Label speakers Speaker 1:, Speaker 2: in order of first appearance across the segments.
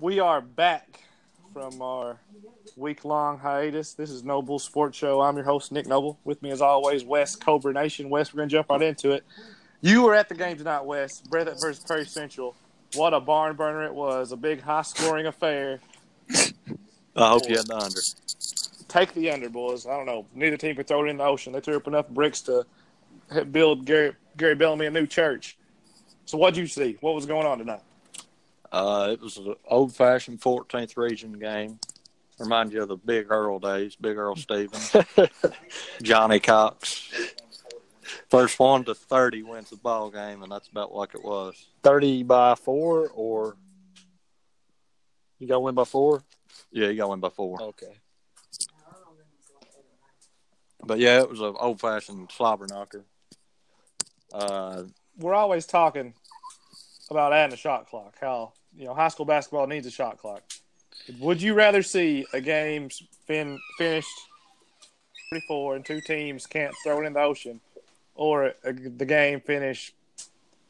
Speaker 1: We are back from our week long hiatus. This is Noble Sports Show. I'm your host, Nick Noble. With me, as always, West Cobra Nation. West, we're going to jump right into it. You were at the game tonight, West. Breathitt versus Perry Central. What a barn burner it was. A big, high scoring affair.
Speaker 2: I hope you had the under.
Speaker 1: Take the under, boys. I don't know. Neither team could throw it in the ocean. They threw up enough bricks to build Gary, Gary Bellamy a new church. So, what'd you see? What was going on tonight?
Speaker 2: Uh, it was an old fashioned 14th region game. Remind you of the Big Earl days, Big Earl Stevens, Johnny Cox. First one to 30 wins the ball game, and that's about like it was.
Speaker 3: 30 by four or you got to win by four?
Speaker 2: Yeah, you got to win by four.
Speaker 3: Okay.
Speaker 2: But yeah, it was an old fashioned slobber knocker. Uh,
Speaker 1: We're always talking about adding a shot clock. How you know high school basketball needs a shot clock. Would you rather see a game fin- finished 34 and two teams can't throw it in the ocean, or a, the game finish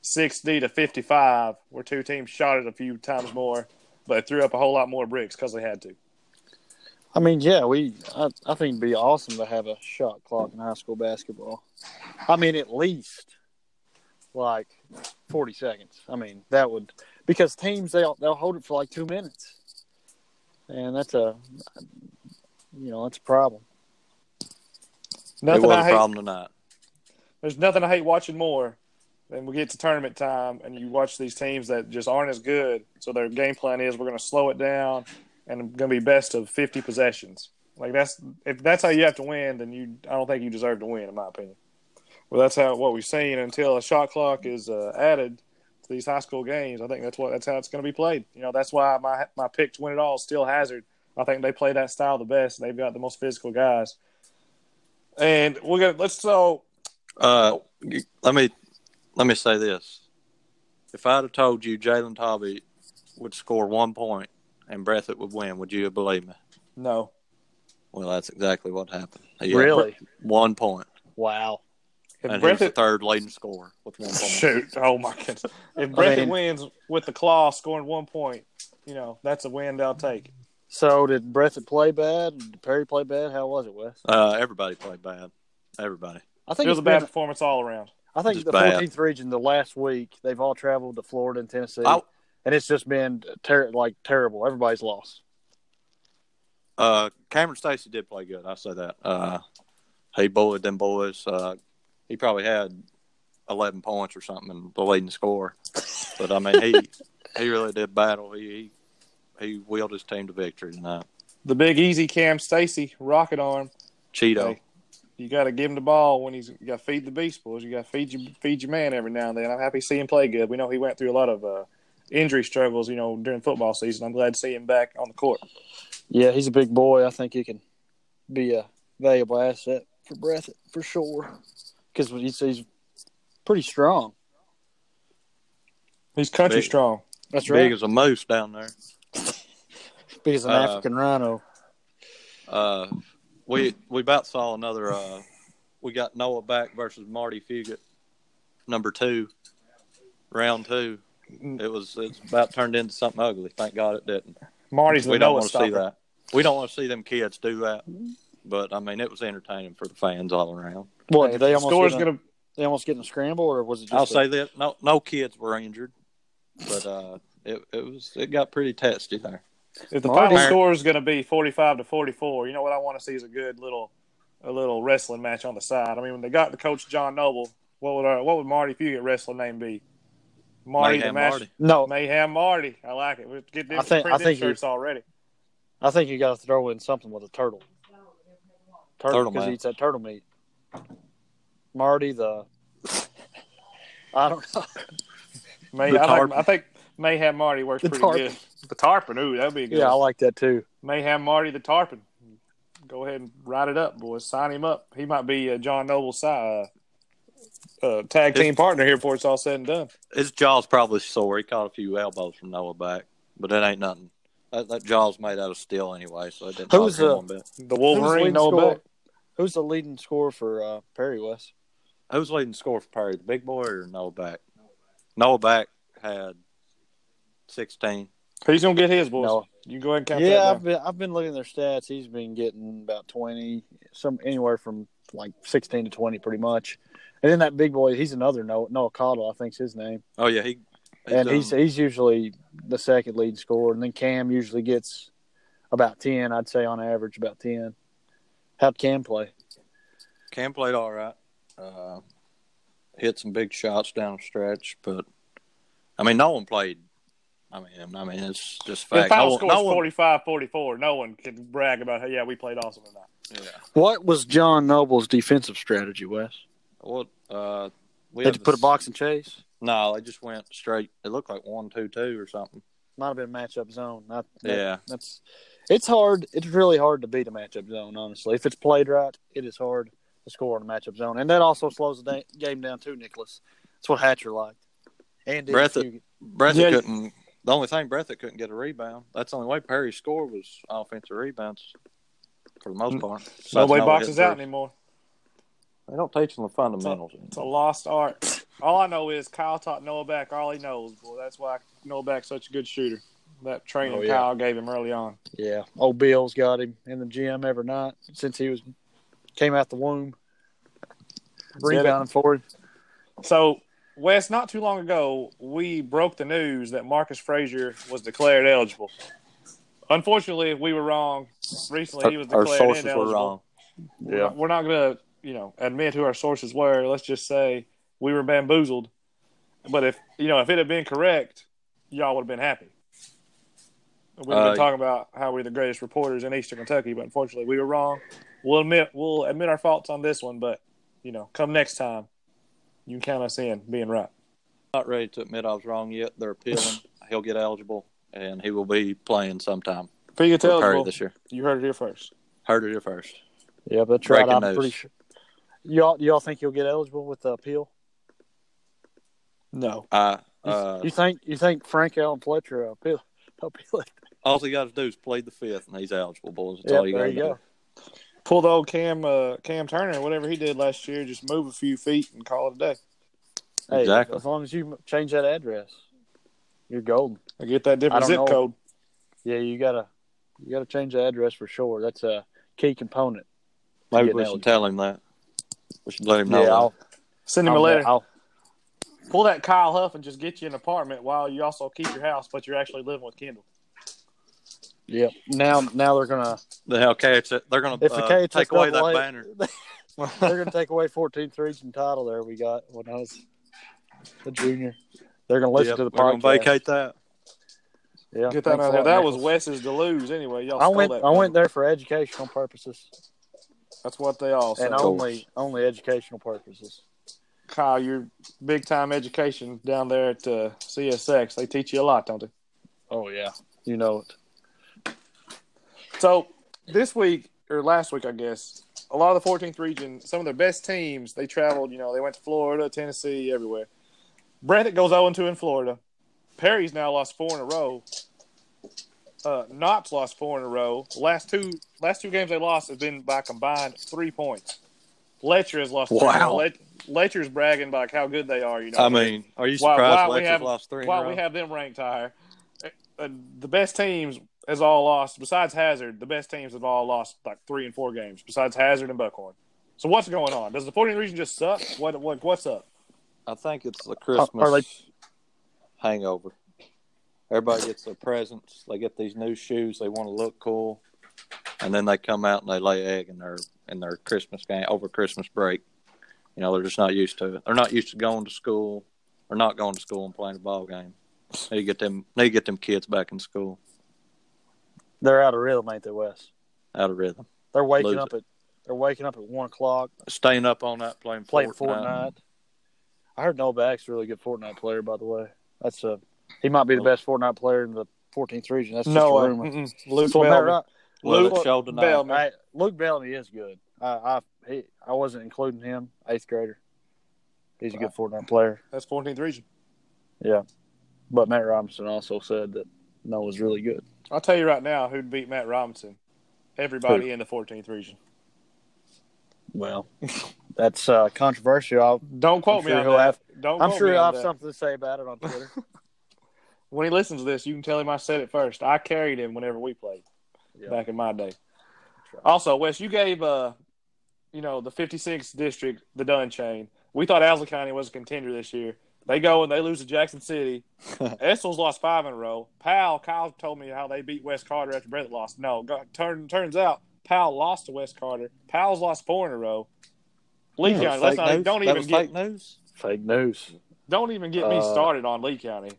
Speaker 1: 60 to 55 where two teams shot it a few times more, but threw up a whole lot more bricks because they had to?
Speaker 3: I mean, yeah, we. I, I think it'd be awesome to have a shot clock in high school basketball. I mean, at least like forty seconds. I mean, that would because teams they'll they'll hold it for like two minutes, and that's a you know that's a problem.
Speaker 2: it
Speaker 1: Nothing
Speaker 2: was
Speaker 1: I
Speaker 2: a
Speaker 1: hate.
Speaker 2: problem tonight.
Speaker 1: There's nothing I hate watching more than we get to tournament time and you watch these teams that just aren't as good. So their game plan is we're going to slow it down and I'm going to be best of 50 possessions. Like that's if that's how you have to win, then you I don't think you deserve to win in my opinion. Well, that's how what we've seen until a shot clock is uh, added to these high school games. I think that's what that's how it's going to be played. You know, that's why my my pick to win it all is still Hazard. I think they play that style the best. They've got the most physical guys. And we're gonna let's so
Speaker 2: Uh, let me let me say this: If I'd have told you Jalen Tobby would score one point and Breathitt would win, would you have believed me?
Speaker 1: no.
Speaker 2: Well, that's exactly what happened. He had
Speaker 3: Really?
Speaker 2: one point,
Speaker 3: Wow.
Speaker 1: If
Speaker 2: and he's the
Speaker 1: Breathitt,
Speaker 2: third leading scorer with one point.
Speaker 1: shoot, oh my goodness! If Breathitt
Speaker 3: mean-
Speaker 1: wins with the claw scoring one point, you know that's a win they'll take.
Speaker 3: So did Breathitt play bad? Did Perry play bad? How was it, Wes?
Speaker 2: Uh, everybody played bad. Everybody.
Speaker 3: I
Speaker 1: It
Speaker 3: think
Speaker 1: was a
Speaker 3: it's been-
Speaker 1: bad performance all around.
Speaker 3: I think
Speaker 2: Just
Speaker 3: the
Speaker 2: bad.
Speaker 3: 14th region, the last week, they've all traveled to Florida and Tennessee,
Speaker 2: I,
Speaker 3: and it's just been ter- like terrible. Everybody's lost.
Speaker 2: uh, Cameron Stacy did play good. I say that. Uh, he bullied them boys. Uh, he probably had eleven points or something, and the leading scorer. But I mean, he he really did battle. He he, he wheeled his team to victory tonight.
Speaker 1: The big easy Cam Stacy rocket arm.
Speaker 2: Cheeto.
Speaker 1: Hey, you got to give him the ball when he's got to feed the beast boys. You got to feed your feed your man every now and then. I'm happy to see him play good. We know he went through a lot of uh, injury struggles, you know, during football season. I'm glad to see him back on the court.
Speaker 3: Yeah, he's a big boy. I think he can be a valuable asset for Breathitt for sure, because he's, he's pretty strong.
Speaker 1: He's country
Speaker 2: Big-
Speaker 1: strong.
Speaker 3: That's
Speaker 2: Big as a moose down there.
Speaker 3: Big as an
Speaker 2: uh,
Speaker 3: African rhino.
Speaker 2: Uh, we we about saw another. Uh, we got Noah back versus Marty Fugit, number two, round two.
Speaker 1: Mm.
Speaker 2: It was it's about turned into something ugly. Thank God it didn't.
Speaker 1: Marty's the
Speaker 2: We don't
Speaker 1: Noah
Speaker 2: want to see
Speaker 1: stopper.
Speaker 2: that. We don't want to see them kids do that. But I mean, it was entertaining for the fans all around.
Speaker 1: Hey,
Speaker 3: What did
Speaker 1: if
Speaker 3: they
Speaker 1: the
Speaker 3: almost
Speaker 1: score's
Speaker 3: get in a-
Speaker 1: gonna
Speaker 3: they almost get in a scramble, or was it? Just
Speaker 2: I'll
Speaker 3: a-
Speaker 2: say that no no kids were injured, but uh, it it was it got pretty testy there.
Speaker 1: If the
Speaker 3: Marty.
Speaker 1: final score is going to be forty-five to forty-four, you know what I want to see is a good little, a little wrestling match on the side. I mean, when they got the coach John Noble, what would our, what would Marty Fugit wrestling name be? Marty
Speaker 2: Mayhem
Speaker 1: the Master.
Speaker 2: Marty.
Speaker 3: no.
Speaker 1: Mayhem Marty. I like it. We get them,
Speaker 3: I think-
Speaker 1: print
Speaker 3: I
Speaker 1: them
Speaker 3: think you-
Speaker 1: shirts already.
Speaker 3: I think you got to throw in something with a turtle. Turtle
Speaker 2: Turtle
Speaker 3: because
Speaker 2: man.
Speaker 3: he eats that turtle meat. Marty the. I don't know.
Speaker 1: May,
Speaker 2: The
Speaker 1: I, think,
Speaker 2: tarpon.
Speaker 1: I think Mayhem Marty works
Speaker 3: The
Speaker 1: pretty
Speaker 3: tarpon.
Speaker 1: good. The tarpon. Ooh, that'd be a good.
Speaker 3: Yeah, I
Speaker 1: one.
Speaker 3: like that too.
Speaker 1: Mayhem Marty the tarpon. Go ahead and write it up, boys. Sign him up. He might be uh, John Noble's uh, uh, tag team partner here before it's all said and done.
Speaker 2: His jaw's probably sore. He caught a few elbows from Noah back, but it ain't nothing. That, that jaw's made out of steel anyway, so it didn't
Speaker 3: Who was uh,
Speaker 2: bother him
Speaker 3: the-
Speaker 2: one bit.
Speaker 1: The
Speaker 3: Who's the
Speaker 1: Wolverine
Speaker 3: leading
Speaker 1: Noah
Speaker 3: scorer-
Speaker 1: Beck.
Speaker 3: Who's the leading scorer for uh, Perry West?
Speaker 2: Who's leading score for Perry, the big boy or Noah back? Noah back had 16.
Speaker 1: He's gonna get his boys.
Speaker 3: No.
Speaker 1: You go ahead and count that
Speaker 3: Yeah,
Speaker 1: down.
Speaker 3: I've been I've been looking at their stats. He's been getting about twenty, some anywhere from like sixteen to twenty, pretty much. And then that big boy, he's another Noah, Noah Cottle, I think's his name,
Speaker 2: Oh yeah, he.
Speaker 3: and he's
Speaker 2: done-
Speaker 3: he's usually the second leading scorer, and then Cam usually gets about ten, I'd say on average about ten. How'd Cam play?
Speaker 2: Cam played all right. Uh, hit some big shots down the stretch, but I mean, no one played. I mean, I mean, it's just a
Speaker 1: The
Speaker 2: fact.
Speaker 1: final
Speaker 2: No,
Speaker 1: score
Speaker 2: one- no
Speaker 1: is
Speaker 2: one-
Speaker 1: 45 44. No one can brag about, hey, yeah, we played awesome or not.
Speaker 2: yeah.
Speaker 3: What was John Noble's defensive strategy, Wes?
Speaker 2: What? Uh, we
Speaker 3: Did
Speaker 2: had
Speaker 3: you put a
Speaker 2: this-
Speaker 3: box and chase?
Speaker 2: No, they just went straight. It looked like one, two, two or something.
Speaker 3: Might have been a matchup zone. Not,
Speaker 2: Yeah.
Speaker 3: That's it's hard. It's really hard to beat a matchup zone, honestly. If it's played right, it is hard to score in a matchup zone, and that also slows the da- game down too. Nicholas, that's what Hatcher liked. And
Speaker 2: Breath
Speaker 3: Dennis
Speaker 2: it.
Speaker 3: Hugo.
Speaker 2: Breathitt
Speaker 1: Yeah.
Speaker 2: couldn't. The only thing Breathitt couldn't get a rebound. That's the only way Perry scored was offensive rebounds, for the most
Speaker 1: Mm.
Speaker 2: part. Besides
Speaker 1: Nobody
Speaker 2: Noah
Speaker 1: boxes
Speaker 2: hitting
Speaker 1: out
Speaker 2: threes.
Speaker 1: anymore.
Speaker 2: They don't teach them the fundamentals.
Speaker 1: It's a lost art. All I know is Kyle taught Noah back all he knows. Boy, that's why Noah back's such a good shooter. That training
Speaker 3: Oh, yeah.
Speaker 1: Kyle gave him early on.
Speaker 3: Yeah, old Bill's got him in the gym every night since he was came out the womb.
Speaker 1: it.
Speaker 3: Rebounding for him.
Speaker 1: So, Wes, not too long ago, we broke the news that Marcus Frazier was declared eligible. Unfortunately, we were wrong. Recently, he was
Speaker 2: our
Speaker 1: declared
Speaker 2: sources
Speaker 1: ineligible.
Speaker 2: were wrong.
Speaker 1: We're not- We're not going to, you know, admit who our sources were. Let's just say we were bamboozled. But if, you know, if it had been correct, y'all would have been happy. We've been
Speaker 2: Uh,
Speaker 1: talking about how we're the greatest reporters in Eastern Kentucky, but unfortunately, we were wrong. We'll admit we'll admit our faults on this one, but you know, come next time, you can count us in being right.
Speaker 2: Not ready to admit I was wrong yet. They're appealing. He'll get eligible, and he will be playing sometime.
Speaker 1: If he gets
Speaker 2: for Perry
Speaker 1: eligible,
Speaker 2: this year.
Speaker 1: you heard it here first.
Speaker 2: Heard it here first.
Speaker 3: Yeah, that's right.
Speaker 2: Breaking
Speaker 3: I'm
Speaker 2: news.
Speaker 3: pretty sure. Y'all, y'all think he'll get eligible with the appeal?
Speaker 1: No,
Speaker 2: I
Speaker 3: You,
Speaker 2: uh,
Speaker 3: you think you think Frank Allen Fletcher will appeal? appeal it?
Speaker 2: all he got to do is plead the fifth, and he's eligible, boys. That's
Speaker 3: Yeah,
Speaker 2: all you got
Speaker 3: there
Speaker 2: to
Speaker 3: you
Speaker 2: do.
Speaker 3: go.
Speaker 1: pull the old Cam uh, Cam Turner, whatever he did last year, just move a few feet and call it a day.
Speaker 3: Hey,
Speaker 2: Exactly.
Speaker 3: As long as you change that address, you're golden.
Speaker 1: I get that different
Speaker 3: I don't
Speaker 1: zip
Speaker 3: know.
Speaker 1: code.
Speaker 3: Yeah, you gotta you gotta change the address for sure. That's a key component. to
Speaker 2: Maybe
Speaker 3: getting
Speaker 2: we should
Speaker 3: eligible.
Speaker 2: tell him that. We should let him know.
Speaker 3: yeah,
Speaker 2: that.
Speaker 3: I'll,
Speaker 1: Send him a
Speaker 3: I'll-
Speaker 1: letter.
Speaker 3: I'll-
Speaker 1: pull that Kyle Huff and just get you an apartment while you also keep your house, but you're actually living with Kendall.
Speaker 3: yeah. Now now they're gonna
Speaker 2: the Hellcats, they're going to
Speaker 3: if the
Speaker 2: uh,
Speaker 3: Cats
Speaker 2: take away that
Speaker 3: double A,
Speaker 2: banner.
Speaker 3: they're gonna take away 14th region title there we got when I was a junior. They're gonna listen
Speaker 2: Yep,
Speaker 3: to the
Speaker 2: we're gonna
Speaker 3: podcast.
Speaker 2: vacate that.
Speaker 3: Yeah,
Speaker 1: Get that
Speaker 3: thanks
Speaker 1: out
Speaker 3: a
Speaker 1: of there.
Speaker 3: lot,
Speaker 1: That was
Speaker 3: Nicholas.
Speaker 1: Wes's Deleuze anyway. Y'all
Speaker 3: I
Speaker 1: stole
Speaker 3: went
Speaker 1: that
Speaker 3: I
Speaker 1: from
Speaker 3: went
Speaker 1: him.
Speaker 3: there for educational purposes
Speaker 1: That's what they all say.
Speaker 3: and only only educational purposes.
Speaker 1: Kyle, your big time education down there at uh, CSX, they teach you a lot, don't they?
Speaker 3: Oh yeah, you know it.
Speaker 1: So this week or last week, I guess, a lot of the 14th region, some of their best teams, they traveled. You know, they went to Florida, Tennessee, everywhere. Breathitt goes 0 2 in Florida. Perry's now lost four in a row. Uh, Knott's lost four in a row. Last two last two games they lost have been by combined three points. Letcher has lost. Three in a row.
Speaker 2: Wow.
Speaker 1: Let, Letcher's bragging about how good they are. You know,
Speaker 2: I mean, are you
Speaker 1: Why- why
Speaker 2: surprised
Speaker 1: we
Speaker 2: Lexus
Speaker 1: have-
Speaker 2: lost three in a
Speaker 1: why we
Speaker 2: row?
Speaker 1: have them ranked higher. Uh, the best teams has all lost. Besides Hazard, the best teams have all lost like three and four games. Besides Hazard and Buckhorn. So what's going on? Does the 14th region just suck? What what what's up?
Speaker 2: I think it's the Christmas hangover. Everybody gets their presents. They get these new shoes. They want to look cool, and then they come out and they lay egg in their in their Christmas game over Christmas break. You know, they're just not used to it. They're not used to going to school. They're not going to school and playing a ball game. Need to get them. Need to get them kids back in school
Speaker 3: They're out of rhythm, ain't they, Wes?
Speaker 2: out of rhythm.
Speaker 3: They're waking
Speaker 2: Lose
Speaker 3: up at they're waking up at one o'clock.
Speaker 2: Staying up all night playing
Speaker 3: playing Fortnite.
Speaker 2: Fortnite.
Speaker 3: I heard Noah Back's a really good Fortnite player, by the way. That's a he might be the best Fortnite player in the 14th region. That's just a rumor.
Speaker 1: Luke
Speaker 3: So, am I
Speaker 1: Bell.
Speaker 3: right?
Speaker 2: Well,
Speaker 1: Luke
Speaker 2: it showed tonight.
Speaker 1: Bell.
Speaker 3: Hey, Luke Bellamy is good. I I, he, I wasn't including him, eighth grader. He's a good Fortnite player.
Speaker 1: That's 14th region.
Speaker 3: But Matt Robinson also said that Noah's really good.
Speaker 1: I'll tell you right now who'd beat Matt Robinson. Everybody in the 14th region.
Speaker 3: Well, that's uh, controversial. I'll,
Speaker 1: Don't quote
Speaker 3: I'm
Speaker 1: me
Speaker 3: sure
Speaker 1: on
Speaker 3: he'll
Speaker 1: that.
Speaker 3: have-
Speaker 1: Don't
Speaker 3: I'm
Speaker 1: quote
Speaker 3: sure
Speaker 1: me
Speaker 3: I'll
Speaker 1: on
Speaker 3: have
Speaker 1: that.
Speaker 3: something to say about it on Twitter.
Speaker 1: when he listens to this, you can tell him I said it first. I carried him whenever we played
Speaker 2: Yeah.
Speaker 1: back in my day.
Speaker 2: right.
Speaker 1: Also, Wes, you gave uh, you know, the 56th district the Dunn chain. We thought Aslan County was a contender this year. They go and they lose to Jackson City. Essel's lost five in a row. Powell, Kyle told me how they beat West Carter after Breathitt lost. No, got, turn, turns out Powell lost to West Carter. Powell's lost four in a row. Lee
Speaker 2: That
Speaker 1: County, let's
Speaker 2: was fake
Speaker 1: not, don't
Speaker 2: news? That
Speaker 1: even
Speaker 2: was
Speaker 1: get
Speaker 2: fake news.
Speaker 3: Fake news.
Speaker 1: don't even get me
Speaker 3: Uh,
Speaker 1: started on Lee County.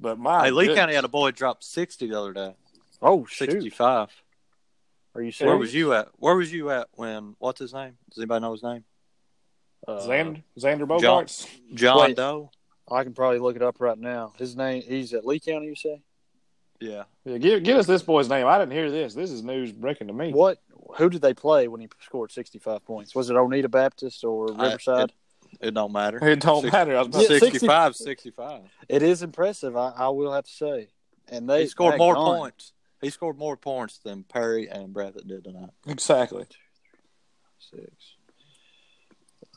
Speaker 1: But my
Speaker 2: Hey, Lee
Speaker 1: Ah, goodness.
Speaker 2: County had a boy drop sixty the other day.
Speaker 3: Oh shoot!
Speaker 2: Sixty-five.
Speaker 3: Are you
Speaker 2: Where
Speaker 3: serious?
Speaker 2: was you at? Where was you at when? What's his name? Does anybody know his name?
Speaker 3: Uh,
Speaker 1: Xander, Xander
Speaker 2: John-
Speaker 1: Bogarts.
Speaker 2: John
Speaker 3: Wait.
Speaker 2: Doe.
Speaker 3: I can probably look it up right now. His name. He's at Lee County. You say
Speaker 2: Yeah,
Speaker 1: Yeah, give give us this boy's name. I didn't hear this. This is news breaking to me.
Speaker 3: what? Who did they play when he scored sixty-five points? Was it Oneida Baptist or
Speaker 2: I-
Speaker 3: Riverside?
Speaker 2: it, it don't matter.
Speaker 1: It don't
Speaker 2: Six-
Speaker 1: matter. I was about
Speaker 3: Yeah,
Speaker 1: to say,
Speaker 2: 65, 65.
Speaker 3: it is impressive. I, I will have to say. And they
Speaker 2: He scored more
Speaker 3: daggone.
Speaker 2: points. He scored more points than Perry and Breathitt did tonight.
Speaker 1: exactly.
Speaker 3: Six.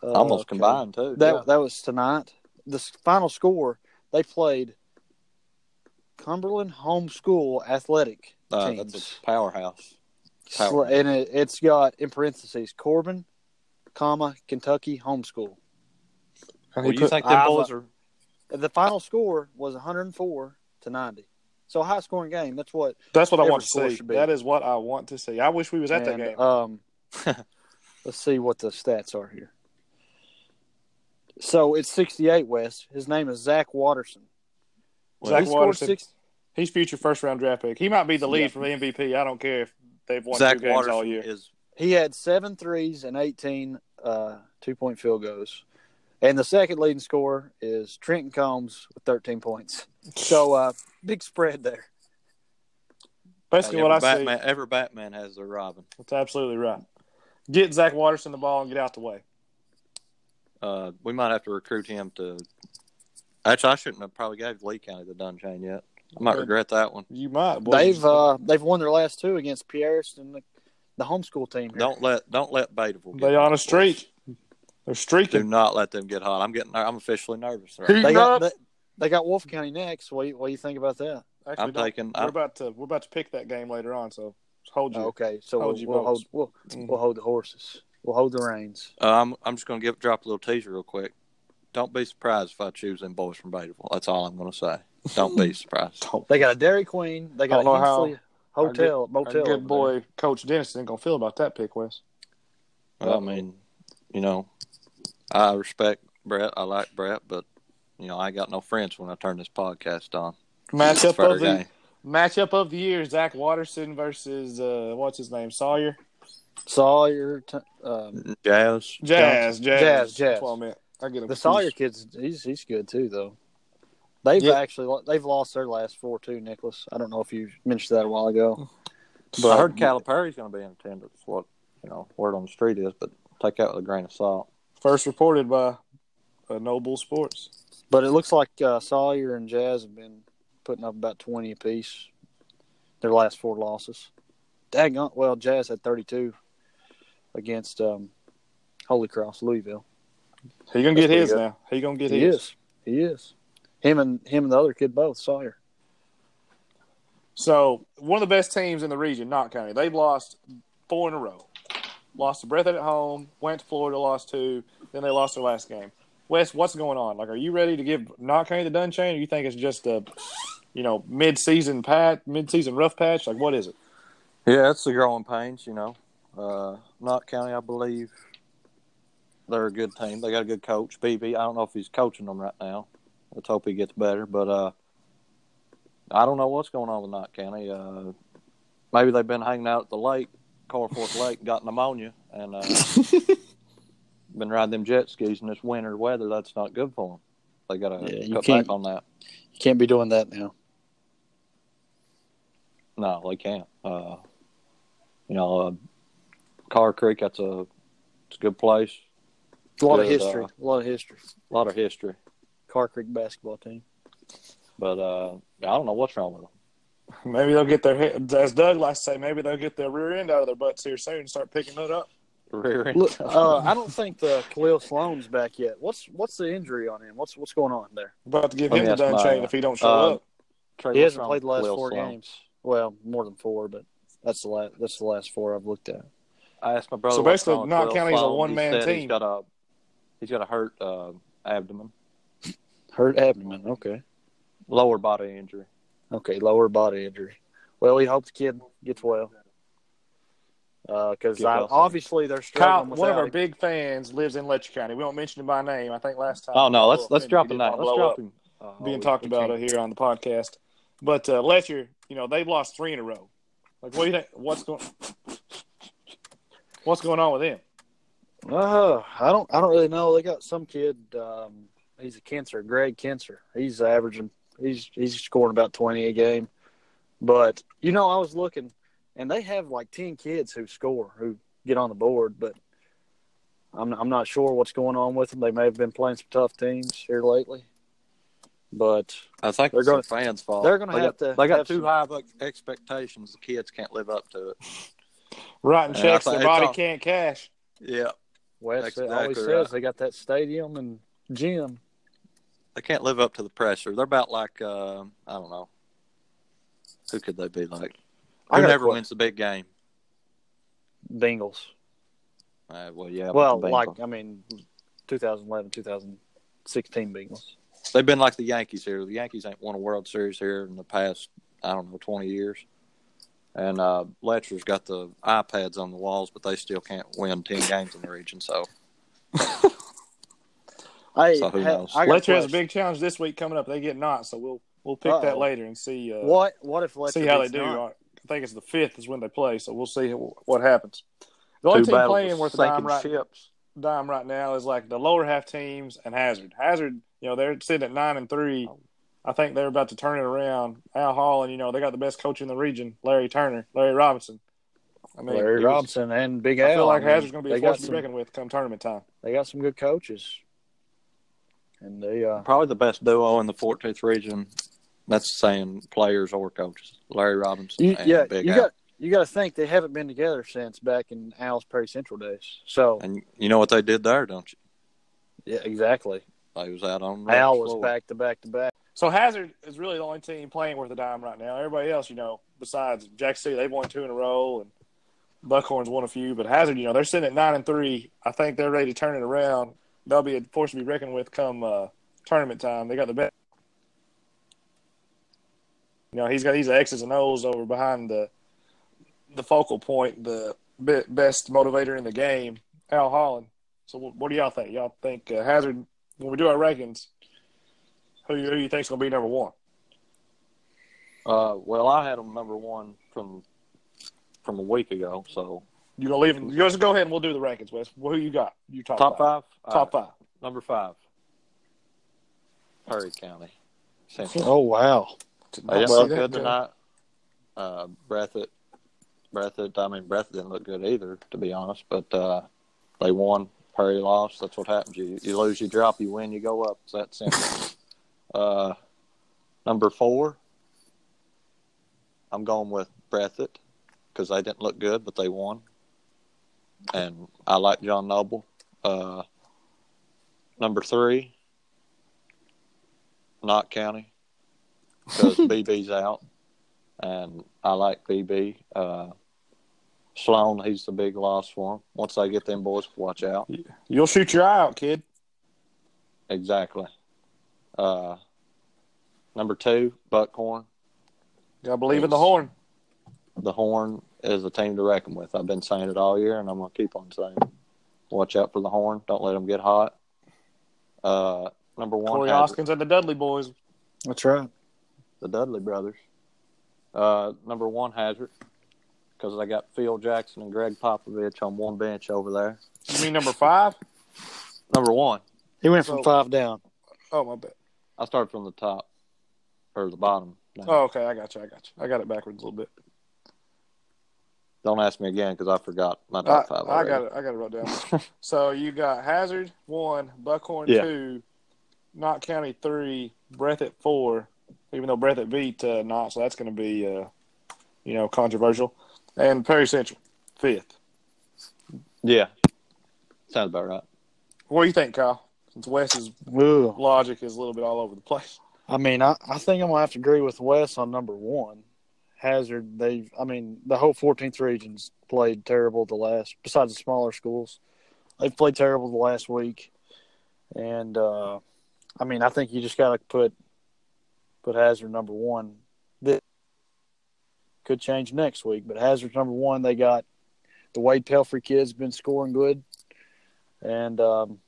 Speaker 3: Uh,
Speaker 2: Almost
Speaker 3: Oh, Okay.
Speaker 2: combined too.
Speaker 3: That that was tonight. The s- final score they played Cumberland Home School Athletic
Speaker 2: Yeah. Uh,
Speaker 3: teams,
Speaker 2: that's a powerhouse.
Speaker 3: Sl-
Speaker 2: power.
Speaker 3: and it, it's got in parentheses Corbin, comma Kentucky Homeschool.
Speaker 2: Well,
Speaker 1: He
Speaker 2: you
Speaker 1: put-
Speaker 2: think them
Speaker 3: I-
Speaker 2: boys are?
Speaker 3: The final score was 104 to 90. So a high scoring game. That's what.
Speaker 1: that's what I
Speaker 3: every
Speaker 1: want to
Speaker 3: score
Speaker 1: see.
Speaker 3: should be.
Speaker 1: That is what I want to see. I wish we was at that
Speaker 3: and,
Speaker 1: game.
Speaker 3: Um, let's see what the stats are here. So it's 68 West. His name is Zach Watterson.
Speaker 1: Zach
Speaker 3: he scored
Speaker 1: Watterson.
Speaker 3: six-
Speaker 1: He's future first round draft pick. He might be the lead
Speaker 3: Yeah.
Speaker 1: for the MVP. I don't care if they've won
Speaker 2: Zach
Speaker 1: two games all
Speaker 2: Waters
Speaker 1: year.
Speaker 2: is
Speaker 3: He had seven threes and 18 uh, two point field goals. And the second leading scorer is Trenton Combs with 13 points. So, uh, big spread there.
Speaker 1: Basically,
Speaker 2: every
Speaker 1: what I
Speaker 2: Batman, Every Batman has their Robin.
Speaker 1: see. That's absolutely right. Get Zach Watterson the ball and get out the way.
Speaker 2: Uh, we might have to recruit him to. Actually, I shouldn't have probably gave Lee County the Dunn chain yet. I might
Speaker 1: Yeah.
Speaker 2: regret that one.
Speaker 1: You might. boy.
Speaker 3: They've uh, they've won their last two against Pierce and the, the homeschool team. here.
Speaker 2: Don't let don't let Bateville. get
Speaker 1: they
Speaker 2: hot.
Speaker 1: on a streak. They're
Speaker 2: Do
Speaker 1: streaking.
Speaker 2: not let them get hot. I'm getting. I'm officially nervous. Right?
Speaker 1: Who-
Speaker 2: now.
Speaker 3: They got
Speaker 1: Nuts.
Speaker 3: they, they got Wolf County next. What do you, what do you think about that?
Speaker 1: Actually,
Speaker 2: I'm
Speaker 1: don't.
Speaker 2: taking.
Speaker 1: we're
Speaker 2: I'm,
Speaker 1: about to we're about to pick that game later on. So hold you.
Speaker 3: okay, so
Speaker 1: Hold
Speaker 3: we'll,
Speaker 1: your
Speaker 3: we'll
Speaker 1: votes.
Speaker 3: hold we'll,
Speaker 1: Mhm.
Speaker 3: we'll hold the horses. We'll hold the reins.
Speaker 2: uh, I'm, I'm just gonna give drop a little teaser real quick. Don't be surprised if I choose them boys from Bateville. That's all I'm gonna say. Don't be surprised.
Speaker 1: Don't-
Speaker 3: They got a Dairy Queen. They got a
Speaker 1: Don't know how-
Speaker 3: Hensley hotel
Speaker 1: Our
Speaker 3: motel. over
Speaker 1: good boy, Coach Dennis, ain't gonna feel about that pick, Wes.
Speaker 2: Well, I mean, you know, I respect Brett. I like Brett, but you know, I got no friends when I turn this podcast on.
Speaker 1: Matchup
Speaker 2: Fair
Speaker 1: of the
Speaker 2: game.
Speaker 1: matchup of the year: Zach Watterson versus uh, what's his name, Sawyer.
Speaker 3: there. Sawyer. T- um,
Speaker 2: Jazz.
Speaker 1: Jazz, Jazz,
Speaker 3: Jazz, Jazz.
Speaker 1: That's what I meant. I get him.
Speaker 3: The
Speaker 1: confused.
Speaker 3: Sawyer kid's he's he's good too though. They've
Speaker 1: Yeah.
Speaker 3: actually they've lost their last four too, Nicholas. I don't know if you mentioned that a while ago.
Speaker 2: I heard Calipari's going to be in attendance. What you know, word on the street is, but take that with a grain of salt.
Speaker 1: first reported by uh, Noble Sports.
Speaker 3: But it looks like uh, Sawyer and Jazz have been putting up about twenty apiece. Their last four losses. Daggone well, Jazz had thirty two against um, Holy Cross Louisville.
Speaker 1: He gonna
Speaker 3: That's
Speaker 1: get his
Speaker 3: pretty good.
Speaker 1: now. He gonna get
Speaker 3: He
Speaker 1: his.
Speaker 3: is. He is. Him and him and the other kid both, Sawyer.
Speaker 1: So one of the best teams in the region, Knott County. They've lost four in a row. Lost to Breathitt at home. Went to Florida, lost two. Then they lost their last game. Wes, what's going on? Like, are you ready to give Knott County the dun chain, or you think it's just a, you know, mid-season pat, mid-season rough patch? Like, what is it?
Speaker 2: Yeah, it's the growing pains. You know, uh, Knott County, I believe they're a good team. They got a good coach, BB. I don't know if he's coaching them right now. Let's hope he gets better. But uh, I don't know what's going on with Knott County. Uh, maybe they've been hanging out at the lake, Carforth Lake, got pneumonia, and uh, been riding them jet skis in this winter weather. That's not good for them. They got to
Speaker 3: Yeah, you
Speaker 2: cut
Speaker 3: can't-
Speaker 2: back on that.
Speaker 3: You can't be doing that now.
Speaker 2: No, they can't. Uh, you know, uh, Car Creek. That's a it's a good place.
Speaker 3: A lot of
Speaker 2: Good,
Speaker 3: history.
Speaker 2: uh,
Speaker 3: a lot of history.
Speaker 2: A lot of history,
Speaker 3: Car Creek basketball team.
Speaker 2: but uh, I don't know what's wrong with them.
Speaker 1: Maybe they'll get their head, as Doug likes to say, maybe they'll get their rear end out of their butts here soon and start picking it up.
Speaker 2: Rear end.
Speaker 3: Look, uh, I don't think the Khalil Sloan's back yet. What's what's the injury on him? What's what's going on there?
Speaker 1: About to give
Speaker 2: Let
Speaker 1: him
Speaker 2: me
Speaker 1: the
Speaker 2: ask
Speaker 1: dun
Speaker 2: my-
Speaker 1: chain if he don't show
Speaker 2: uh,
Speaker 1: up.
Speaker 2: Trey
Speaker 3: He hasn't
Speaker 2: Lance
Speaker 3: played the last
Speaker 2: Lil
Speaker 3: four
Speaker 2: Sloan.
Speaker 3: games. Well, more than four, but that's the last. That's the last four I've looked at.
Speaker 2: I asked my brother.
Speaker 1: So
Speaker 2: what's
Speaker 1: basically,
Speaker 2: wrong with
Speaker 1: not
Speaker 2: Lil
Speaker 1: counting he's a
Speaker 2: Sloan. He
Speaker 1: one-man
Speaker 2: said
Speaker 1: team.
Speaker 2: He's got a he's got a hurt uh, abdomen,
Speaker 3: Hurt abdomen. Okay.
Speaker 2: lower body injury.
Speaker 3: Okay. Lower body injury. Well, we hope the kid gets well. Because
Speaker 2: Get well soon.
Speaker 3: obviously they're
Speaker 1: Kyle,
Speaker 3: struggling
Speaker 1: one of
Speaker 3: without
Speaker 1: our
Speaker 3: him.
Speaker 1: big fans lives in Letcher County. We don't mention him by name. I think last time.
Speaker 2: Oh no, let's
Speaker 1: Well,
Speaker 2: let's
Speaker 1: he
Speaker 2: drop him
Speaker 1: didn't
Speaker 2: that.
Speaker 1: wanna
Speaker 2: Let's
Speaker 1: blow
Speaker 2: drop
Speaker 1: up
Speaker 2: him. Uh,
Speaker 1: being
Speaker 2: we-
Speaker 1: talked
Speaker 2: we
Speaker 1: about
Speaker 2: can't-
Speaker 1: it here on the podcast. But uh, Letcher, you know, they've lost three in a row. Like, what do you think? What's going? What's going on with them?
Speaker 3: Uh, I don't. I don't really know. They got some kid. Um, he's a cancer, Greg Kinser. He's averaging. He's he's scoring about twenty a game. But you know, I was looking, and they have like ten kids who score who get on the board. But I'm I'm not sure what's going on with them. They may have been playing some tough teams here lately. But
Speaker 2: I think
Speaker 3: They're
Speaker 2: it's the
Speaker 3: gonna-
Speaker 2: fans' fault.
Speaker 3: they're gonna
Speaker 2: Oh, They
Speaker 3: have
Speaker 2: got-
Speaker 3: to
Speaker 2: They got
Speaker 3: have
Speaker 2: too
Speaker 3: some-
Speaker 2: high of ex- expectations. The kids can't live up to it.
Speaker 1: Rotten
Speaker 2: Yeah,
Speaker 1: checks,
Speaker 2: it's like-
Speaker 1: their
Speaker 2: it's
Speaker 1: body
Speaker 2: all-
Speaker 1: can't cash.
Speaker 2: Yeah,
Speaker 3: Wes
Speaker 2: That's exactly
Speaker 3: always
Speaker 2: right.
Speaker 3: says they got that stadium and gym.
Speaker 2: they can't live up to the pressure. They're about like um I don't know. Who could they be like?
Speaker 3: I got a
Speaker 2: Whoever
Speaker 3: que-
Speaker 2: wins the big game.
Speaker 3: Bengals.
Speaker 2: Uh, well, yeah. with
Speaker 3: Well,
Speaker 2: the Bengals.
Speaker 3: like I mean, 2011, 2016 Bengals.
Speaker 2: they've been like the Yankees here. The Yankees ain't won a World Series here in the past I don't know twenty years. And uh, Letcher's got the iPads on the walls, but they still can't win ten games in the region. So
Speaker 3: Hey,
Speaker 2: So who
Speaker 3: ha-
Speaker 2: knows?
Speaker 3: I got
Speaker 1: Letcher has a
Speaker 3: question.
Speaker 1: big challenge this week coming up. They get not, so we'll we'll pick that
Speaker 3: Uh-oh.
Speaker 1: later and see uh,
Speaker 3: What? What if Let's
Speaker 1: see how they do. I I think it's the fifth is when they play, so we'll see wh- what happens. The only
Speaker 2: Two
Speaker 1: team
Speaker 2: battles
Speaker 1: playing
Speaker 2: with
Speaker 1: worth a
Speaker 2: sinking
Speaker 1: dime right
Speaker 2: ships.
Speaker 1: dime right now is like the lower half teams and Hazard. Hazard, you know, they're sitting at nine and three. I think they're about to turn it around. Al Hall and you know they got the best coach in the region, Larry Turner, Larry Robinson. I mean,
Speaker 3: Larry
Speaker 1: he was-
Speaker 3: Robinson and Big Al.
Speaker 1: I feel like
Speaker 3: mean,
Speaker 1: Hazard's going to be
Speaker 3: they
Speaker 1: a force
Speaker 3: got
Speaker 1: to be
Speaker 3: some,
Speaker 1: reckoned with come tournament time.
Speaker 3: They got some good coaches, and they uh,
Speaker 2: Probably the best duo in the 14th region. That's saying players or coaches. Larry Robinson
Speaker 3: you,
Speaker 2: and
Speaker 3: yeah,
Speaker 2: Big
Speaker 3: you
Speaker 2: Al.
Speaker 3: got you got to think they haven't been together since back in Al's Perry Central days. So
Speaker 2: And you know what they did there, don't you?
Speaker 3: yeah, exactly.
Speaker 2: They was out on the
Speaker 3: Al was
Speaker 2: floor.
Speaker 3: back to back to back.
Speaker 1: So Hazard is really the only team playing worth a dime right now. Everybody else, you know, besides Jack City, they've won two in a row, and Buckhorns won a few. But Hazard, you know, they're sitting at nine and three. I think they're ready to turn it around. They'll be a force to be reckoned with come uh, tournament time. They got the best. You know, he's got these X's and O's over behind the the focal point, the be- best motivator in the game, Al Holland. So, wh- what do y'all think? Y'all think uh, Hazard? When we do our rankings, who you, who you think's gonna be number one?
Speaker 2: Uh, well, I had them number one from from a week ago. So
Speaker 1: You gonna leave? You just go ahead and we'll do the rankings, Wes. Well, who you got? You top,
Speaker 2: top
Speaker 1: five.
Speaker 2: five.
Speaker 1: Top
Speaker 2: All
Speaker 1: five.
Speaker 2: right, Number five. Perry County. Central.
Speaker 3: Oh wow!
Speaker 2: They didn't
Speaker 1: See
Speaker 2: look
Speaker 1: that
Speaker 2: good
Speaker 1: guy?
Speaker 2: tonight. Uh, Breathitt, Breathitt. I mean, Breathitt didn't look good either, to be honest. But uh, they won. Perry lost. That's what happens. You you lose, you drop. You win, you go up. It's that simple. uh, number four. I'm going with Breathitt because they didn't look good, but they won. And I like John Noble. Uh, number three. Knott County because BB's out, and I like BB. Uh, Sloan, he's the big loss for him. Once they get them boys, watch out.
Speaker 1: You'll shoot your eye out, kid.
Speaker 2: Exactly. Uh, number two, Buckhorn.
Speaker 1: Gotta believe in the horn.
Speaker 2: The Horn is a team to reckon with. I've been saying it all year, and I'm going to keep on saying it. Watch out for the Horn. Don't let them get hot. Uh, number one,
Speaker 1: Corey
Speaker 2: Hazard.
Speaker 1: Hoskins and the Dudley boys.
Speaker 3: That's right.
Speaker 2: the Dudley brothers. Uh, number one Hazard, because I got Phil Jackson and Greg Popovich on one bench over there.
Speaker 1: You mean number five?
Speaker 2: Number one,
Speaker 3: He went from
Speaker 1: So-
Speaker 3: five down.
Speaker 1: Oh my bad.
Speaker 2: I started from the top or the bottom.
Speaker 1: Oh okay, I got you. I got you. I got it backwards a little bit.
Speaker 2: Don't ask me again because I forgot my
Speaker 1: I,
Speaker 2: top five.
Speaker 1: I got
Speaker 2: already.
Speaker 1: it. I got it wrote down. so you got Hazard one, Buckhorn
Speaker 2: Yeah.
Speaker 1: two, Knott County three, Breathitt four. Even though Breathitt beat uh, Knott, so that's gonna be uh, you know controversial. And Perry Central fifth.
Speaker 2: Yeah, sounds about right.
Speaker 1: What do you think, Kyle? Since Wes is
Speaker 3: Ooh.
Speaker 1: logic is a little bit all over the place.
Speaker 3: I mean, I, I think I'm gonna have to agree with Wes on number one. Hazard, they've I mean, the whole fourteenth region's played terrible the last besides the smaller schools. They've played terrible the last week. And uh I mean I think you just gotta put put Hazard number one. This could change next week, but Hazard's number one, they got the Wade Pelfrey kid's been scoring good. And um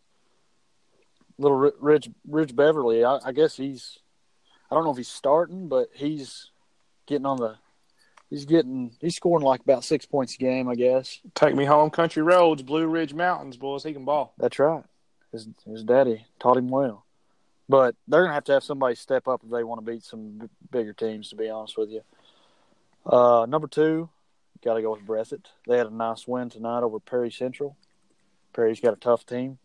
Speaker 3: little Ri- Rich Rich Beverly. I, I guess he's I don't know if he's starting, but he's getting on the he's getting he's scoring like about six points a game. I guess
Speaker 1: Take me home, country roads, Blue Ridge Mountains, boys. He can ball.
Speaker 3: that's right. His his daddy taught him well, but they're gonna have to have somebody step up if they want to beat some b- bigger teams. To be honest with you, uh, number two, got to go with Breathitt. They had a nice win tonight over Perry Central. Perry's got a tough team.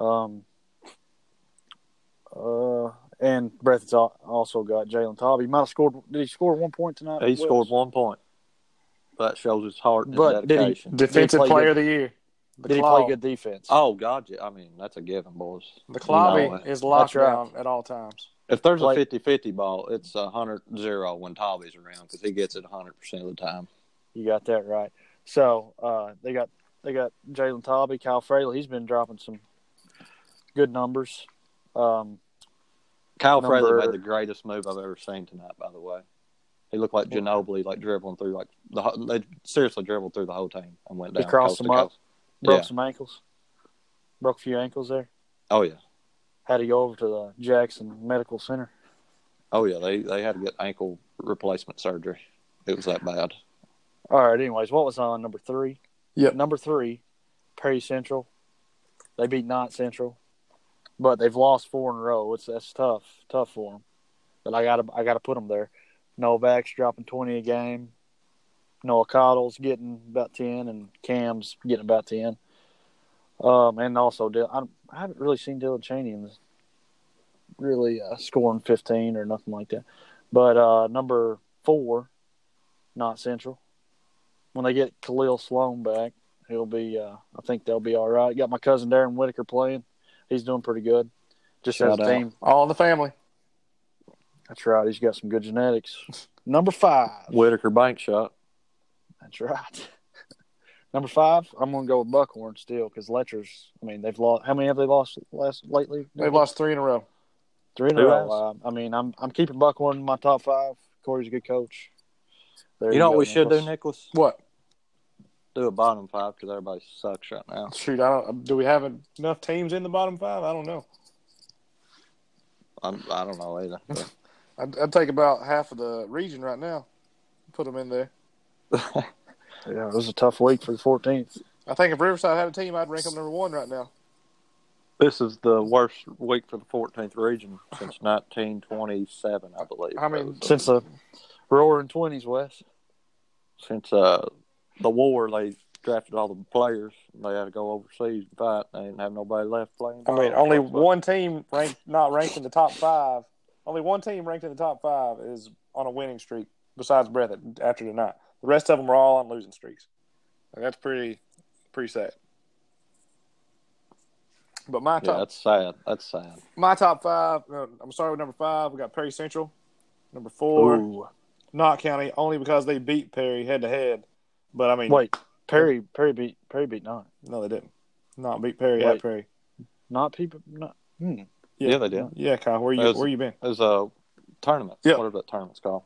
Speaker 3: Um, uh, and Breathitt's al- also got Jalen Tobb. He might have scored. Did he score one point tonight?
Speaker 2: He
Speaker 3: Wes?
Speaker 2: scored one point. That shows his heart and
Speaker 3: But
Speaker 2: his
Speaker 3: did he-
Speaker 2: dedication.
Speaker 1: Defensive
Speaker 3: play
Speaker 1: Player
Speaker 3: good?
Speaker 1: of the Year. The
Speaker 3: Did he
Speaker 1: claw,
Speaker 3: play good defense?
Speaker 2: oh God, yeah, I mean that's a given, boys.
Speaker 1: The Clobby
Speaker 2: No.
Speaker 1: is locked
Speaker 3: That's right.
Speaker 1: down at all times.
Speaker 2: If there's
Speaker 3: Like-
Speaker 2: a 50-50 ball, it's a hundred zero when Tobby's around because he gets it hundred percent of the time.
Speaker 3: You got that right. So uh, they got they got Jalen Tobby, Kyle Fraley. He's been dropping some good numbers. Um,
Speaker 2: Kyle
Speaker 3: Number-
Speaker 2: Fraley made the greatest move I've ever seen tonight. By the way, he looked like Ginobili, like dribbling through like the whole- they seriously dribbled through the whole team and went
Speaker 3: He
Speaker 2: down.
Speaker 3: crossed
Speaker 2: coast to
Speaker 3: them up.
Speaker 2: coast.
Speaker 3: broke
Speaker 2: Yeah.
Speaker 3: some ankles, broke a few ankles there.
Speaker 2: Oh yeah.
Speaker 3: Had to go over to the Jackson Medical Center.
Speaker 2: Oh yeah. They they had to get ankle replacement surgery. It was that bad.
Speaker 3: All right. Anyways, what was on number three?
Speaker 1: Yep.
Speaker 3: Number three, Perry Central. They beat Knott Central, but they've lost four in a row. It's that's tough, tough for them. But I gotta, I gotta put them there. Novak's dropping twenty a game. Noah Cottle's getting about ten, and Cam's getting about ten. Um, and also, Dil- I, I haven't really seen Dylan Cheney in this, really uh, scoring fifteen or nothing like that. But uh, number four, not Central when they get Khalil Sloan back, he'll be. Uh, I think they'll be all right. Got my cousin Darren Whitaker playing. He's doing pretty good. Just
Speaker 2: Shout
Speaker 3: as a
Speaker 2: out.
Speaker 3: team.
Speaker 1: All in the family.
Speaker 3: That's right. He's got some good genetics. Number five.
Speaker 2: Whitaker bank shot.
Speaker 3: That's right. Number five. I'm going to go with Buckhorn still because Letcher's. I mean, they've lost. How many have they lost last lately?
Speaker 1: They've lost three in a row.
Speaker 3: three in a
Speaker 2: Who
Speaker 3: row. Uh, I mean, I'm I'm keeping Buckhorn in my top five. Corey's a good coach. There
Speaker 2: You, know what
Speaker 3: go,
Speaker 2: we should do,
Speaker 3: Nicholas.
Speaker 2: Nicholas?
Speaker 1: What?
Speaker 2: Do a bottom five because everybody sucks right now.
Speaker 1: Shoot, I don't. Do we have enough teams in the bottom five? I don't know.
Speaker 2: I'm, I don't know either. but-
Speaker 1: I'd, I'd take about half of the region right now. Put them in there.
Speaker 3: Yeah, it was a tough week for the 14th.
Speaker 1: I think if Riverside had a team, I'd rank them number one right now.
Speaker 2: this is the worst week for the 14th region since 1927, I believe.
Speaker 1: I mean,
Speaker 2: since
Speaker 3: Since the roaring 20s, Wes.
Speaker 2: since uh, the war, they drafted all the players. And they had to go overseas to fight. They didn't have nobody left playing.
Speaker 1: I mean,
Speaker 3: Oh,
Speaker 2: ball.
Speaker 1: only
Speaker 2: That's what-
Speaker 1: one team ranked not ranked in the top five. Only one team ranked in the top five is on a winning streak. Besides Breathitt, after tonight, the rest of them are all on losing streaks. And that's pretty, pretty sad. But my
Speaker 2: Yeah,
Speaker 1: top
Speaker 2: that's sad. That's sad.
Speaker 1: my top five. Uh, I'm sorry with number five. We got Perry Central, number four,
Speaker 3: Ooh.
Speaker 1: Knott County, only because they beat Perry head to head. But I mean,
Speaker 3: Wait, Perry, Perry beat Perry beat not
Speaker 1: no, they didn't. Not beat Perry
Speaker 3: Wait.
Speaker 1: at Perry.
Speaker 3: not people not. Hmm.
Speaker 2: Yeah,
Speaker 1: Yeah.
Speaker 2: they did. It
Speaker 1: Yeah, Kyle, where you
Speaker 2: That was-
Speaker 1: where you been?
Speaker 2: was a tournament.
Speaker 1: Yeah.
Speaker 2: What are that tournament's called?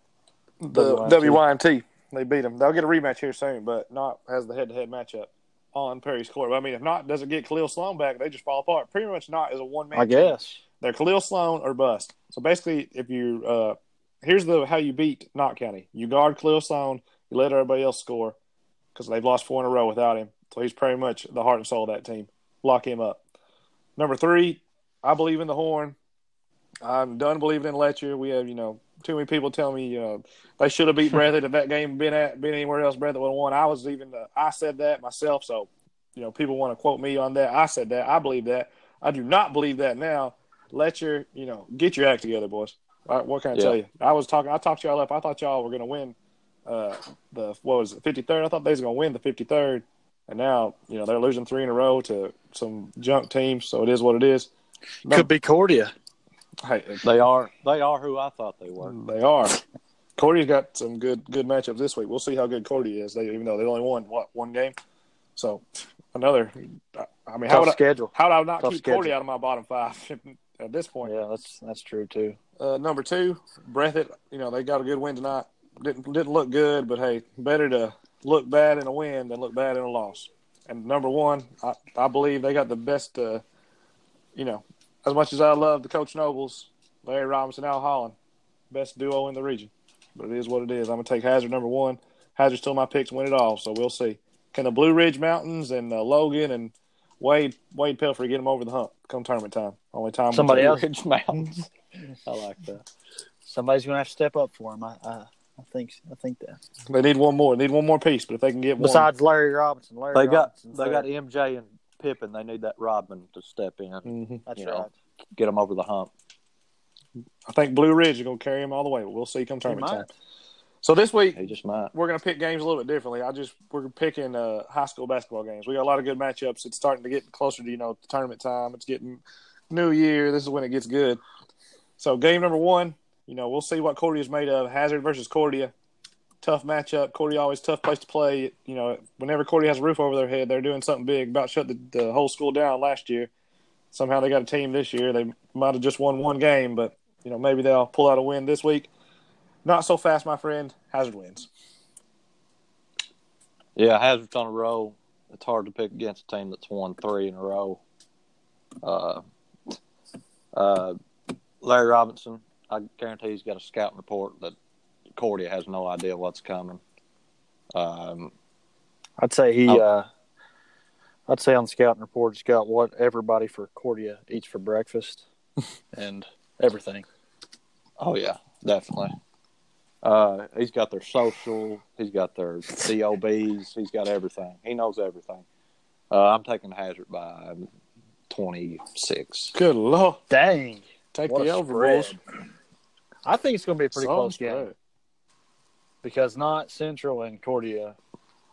Speaker 1: The
Speaker 3: WYMT.
Speaker 1: WYMT. They beat them. They'll get a rematch here soon, but Knott has the head to head matchup on Perry's court. But, I mean, if Knott doesn't get Khalil Sloan back, they just fall apart. Pretty much, Knott is a one man.
Speaker 3: I guess
Speaker 1: They're Khalil Sloan or bust. So basically, if you uh, here's the how you beat Knott County: you guard Khalil Sloan, you let everybody else score because they've lost four in a row without him. So he's pretty much the heart and soul of that team. Lock him up. Number three, I believe in the horn. I'm done believing in Letcher. We have you know too many people tell me uh, they should have beat Breathitt if that game been at been anywhere else. Breathitt would have won. I was even uh, I said that myself. So you know people want to quote me on that. I said that. I believe that. I do not believe that now let your you know get your act together, boys. All right, what can I
Speaker 2: Yeah.
Speaker 1: tell you? I was talking. I talked y'all up. I thought y'all were gonna win uh, the what was it, fifty third? I thought they was gonna win the fifty third, and now you know they're losing three in a row to some junk teams. So it is what it is.
Speaker 3: could be Cordia.
Speaker 1: Hey,
Speaker 2: They are they are who I thought they were.
Speaker 1: they are. Cordy's got some good good matchups this week. We'll see how good Cordy is. They, even though they only won what one game, so another. I- I mean, how
Speaker 3: Tough
Speaker 1: would I,
Speaker 3: schedule.
Speaker 1: how would I not
Speaker 3: Tough
Speaker 1: keep Cordy
Speaker 3: schedule.
Speaker 1: out of my bottom five at this point?
Speaker 3: Yeah, that's that's true too.
Speaker 1: Uh, number two, Breathitt. You know they got a good win tonight. Didn't didn't look good, but hey, better to look bad in a win than look bad in a loss. And number one, I, I believe they got the best. Uh, you know, as much as I love the coach Nobles, Larry Robinson, Al Holland, best duo in the region. But it is what it is. I'm gonna take Hazard number one. Hazard's still my pick to win it all, so we'll see. Can the Blue Ridge Mountains and uh, Logan and Wade Wade Pelfrey get them over the hump come tournament time? Only time will
Speaker 3: Somebody
Speaker 1: tell.
Speaker 3: else. Ridge Mountains. I like that. Oh, Somebody's gonna have to step up for him. I, I, I think I think that.
Speaker 1: They need one more. They need one more piece, but if they can get one,
Speaker 3: Besides Larry Robinson, Larry
Speaker 2: They got
Speaker 3: Robinson's
Speaker 2: they
Speaker 3: there.
Speaker 2: got MJ and Pippen. They need that Rodman to step in,
Speaker 1: Mhm.
Speaker 3: That's
Speaker 2: you
Speaker 3: right.
Speaker 2: know, get them over the hump.
Speaker 1: I think Blue Ridge is going to carry them all the way. But we'll see come
Speaker 3: He
Speaker 1: tournament time.
Speaker 3: might.
Speaker 1: So this week
Speaker 2: He just might.
Speaker 1: we're going to pick games a little bit differently. I just we're picking uh, high school basketball games. We got a lot of good matchups. It's starting to get closer to you know tournament time. It's getting New Year. This is when it gets good. So game number one, you know, we'll see what Cordia's made of. Hazard versus Cordia, tough matchup. Cordia always tough place to play. You know, whenever Cordia has a roof over their head, they're doing something big. About shut the, the whole school down last year. Somehow they got a team this year. They might have just won one game, but you know maybe they'll pull out a win this week. Not so fast, my friend. Hazard wins.
Speaker 2: Yeah, Hazard's on a roll. It's hard to pick against a team that's won three in a row. Uh, uh, Larry Robinson, I guarantee he's got a scouting report that Cordia has no idea what's coming. Um,
Speaker 3: I'd say he.
Speaker 2: Oh.
Speaker 3: Uh, I'd say on the scouting report, it's got what everybody for Cordia eats for breakfast, and everything.
Speaker 2: oh yeah, definitely. Uh, he's got their social. He's got their DOBs. He's got everything. He knows everything. Uh, I'm taking Hazard by 26.
Speaker 1: Good lord.
Speaker 3: Dang,
Speaker 1: Take
Speaker 3: what
Speaker 1: the
Speaker 3: a
Speaker 1: over,
Speaker 3: spread.
Speaker 1: boys.
Speaker 3: I think it's going to be a pretty
Speaker 1: Some
Speaker 3: close
Speaker 1: spread.
Speaker 3: game because not Central and Cordia.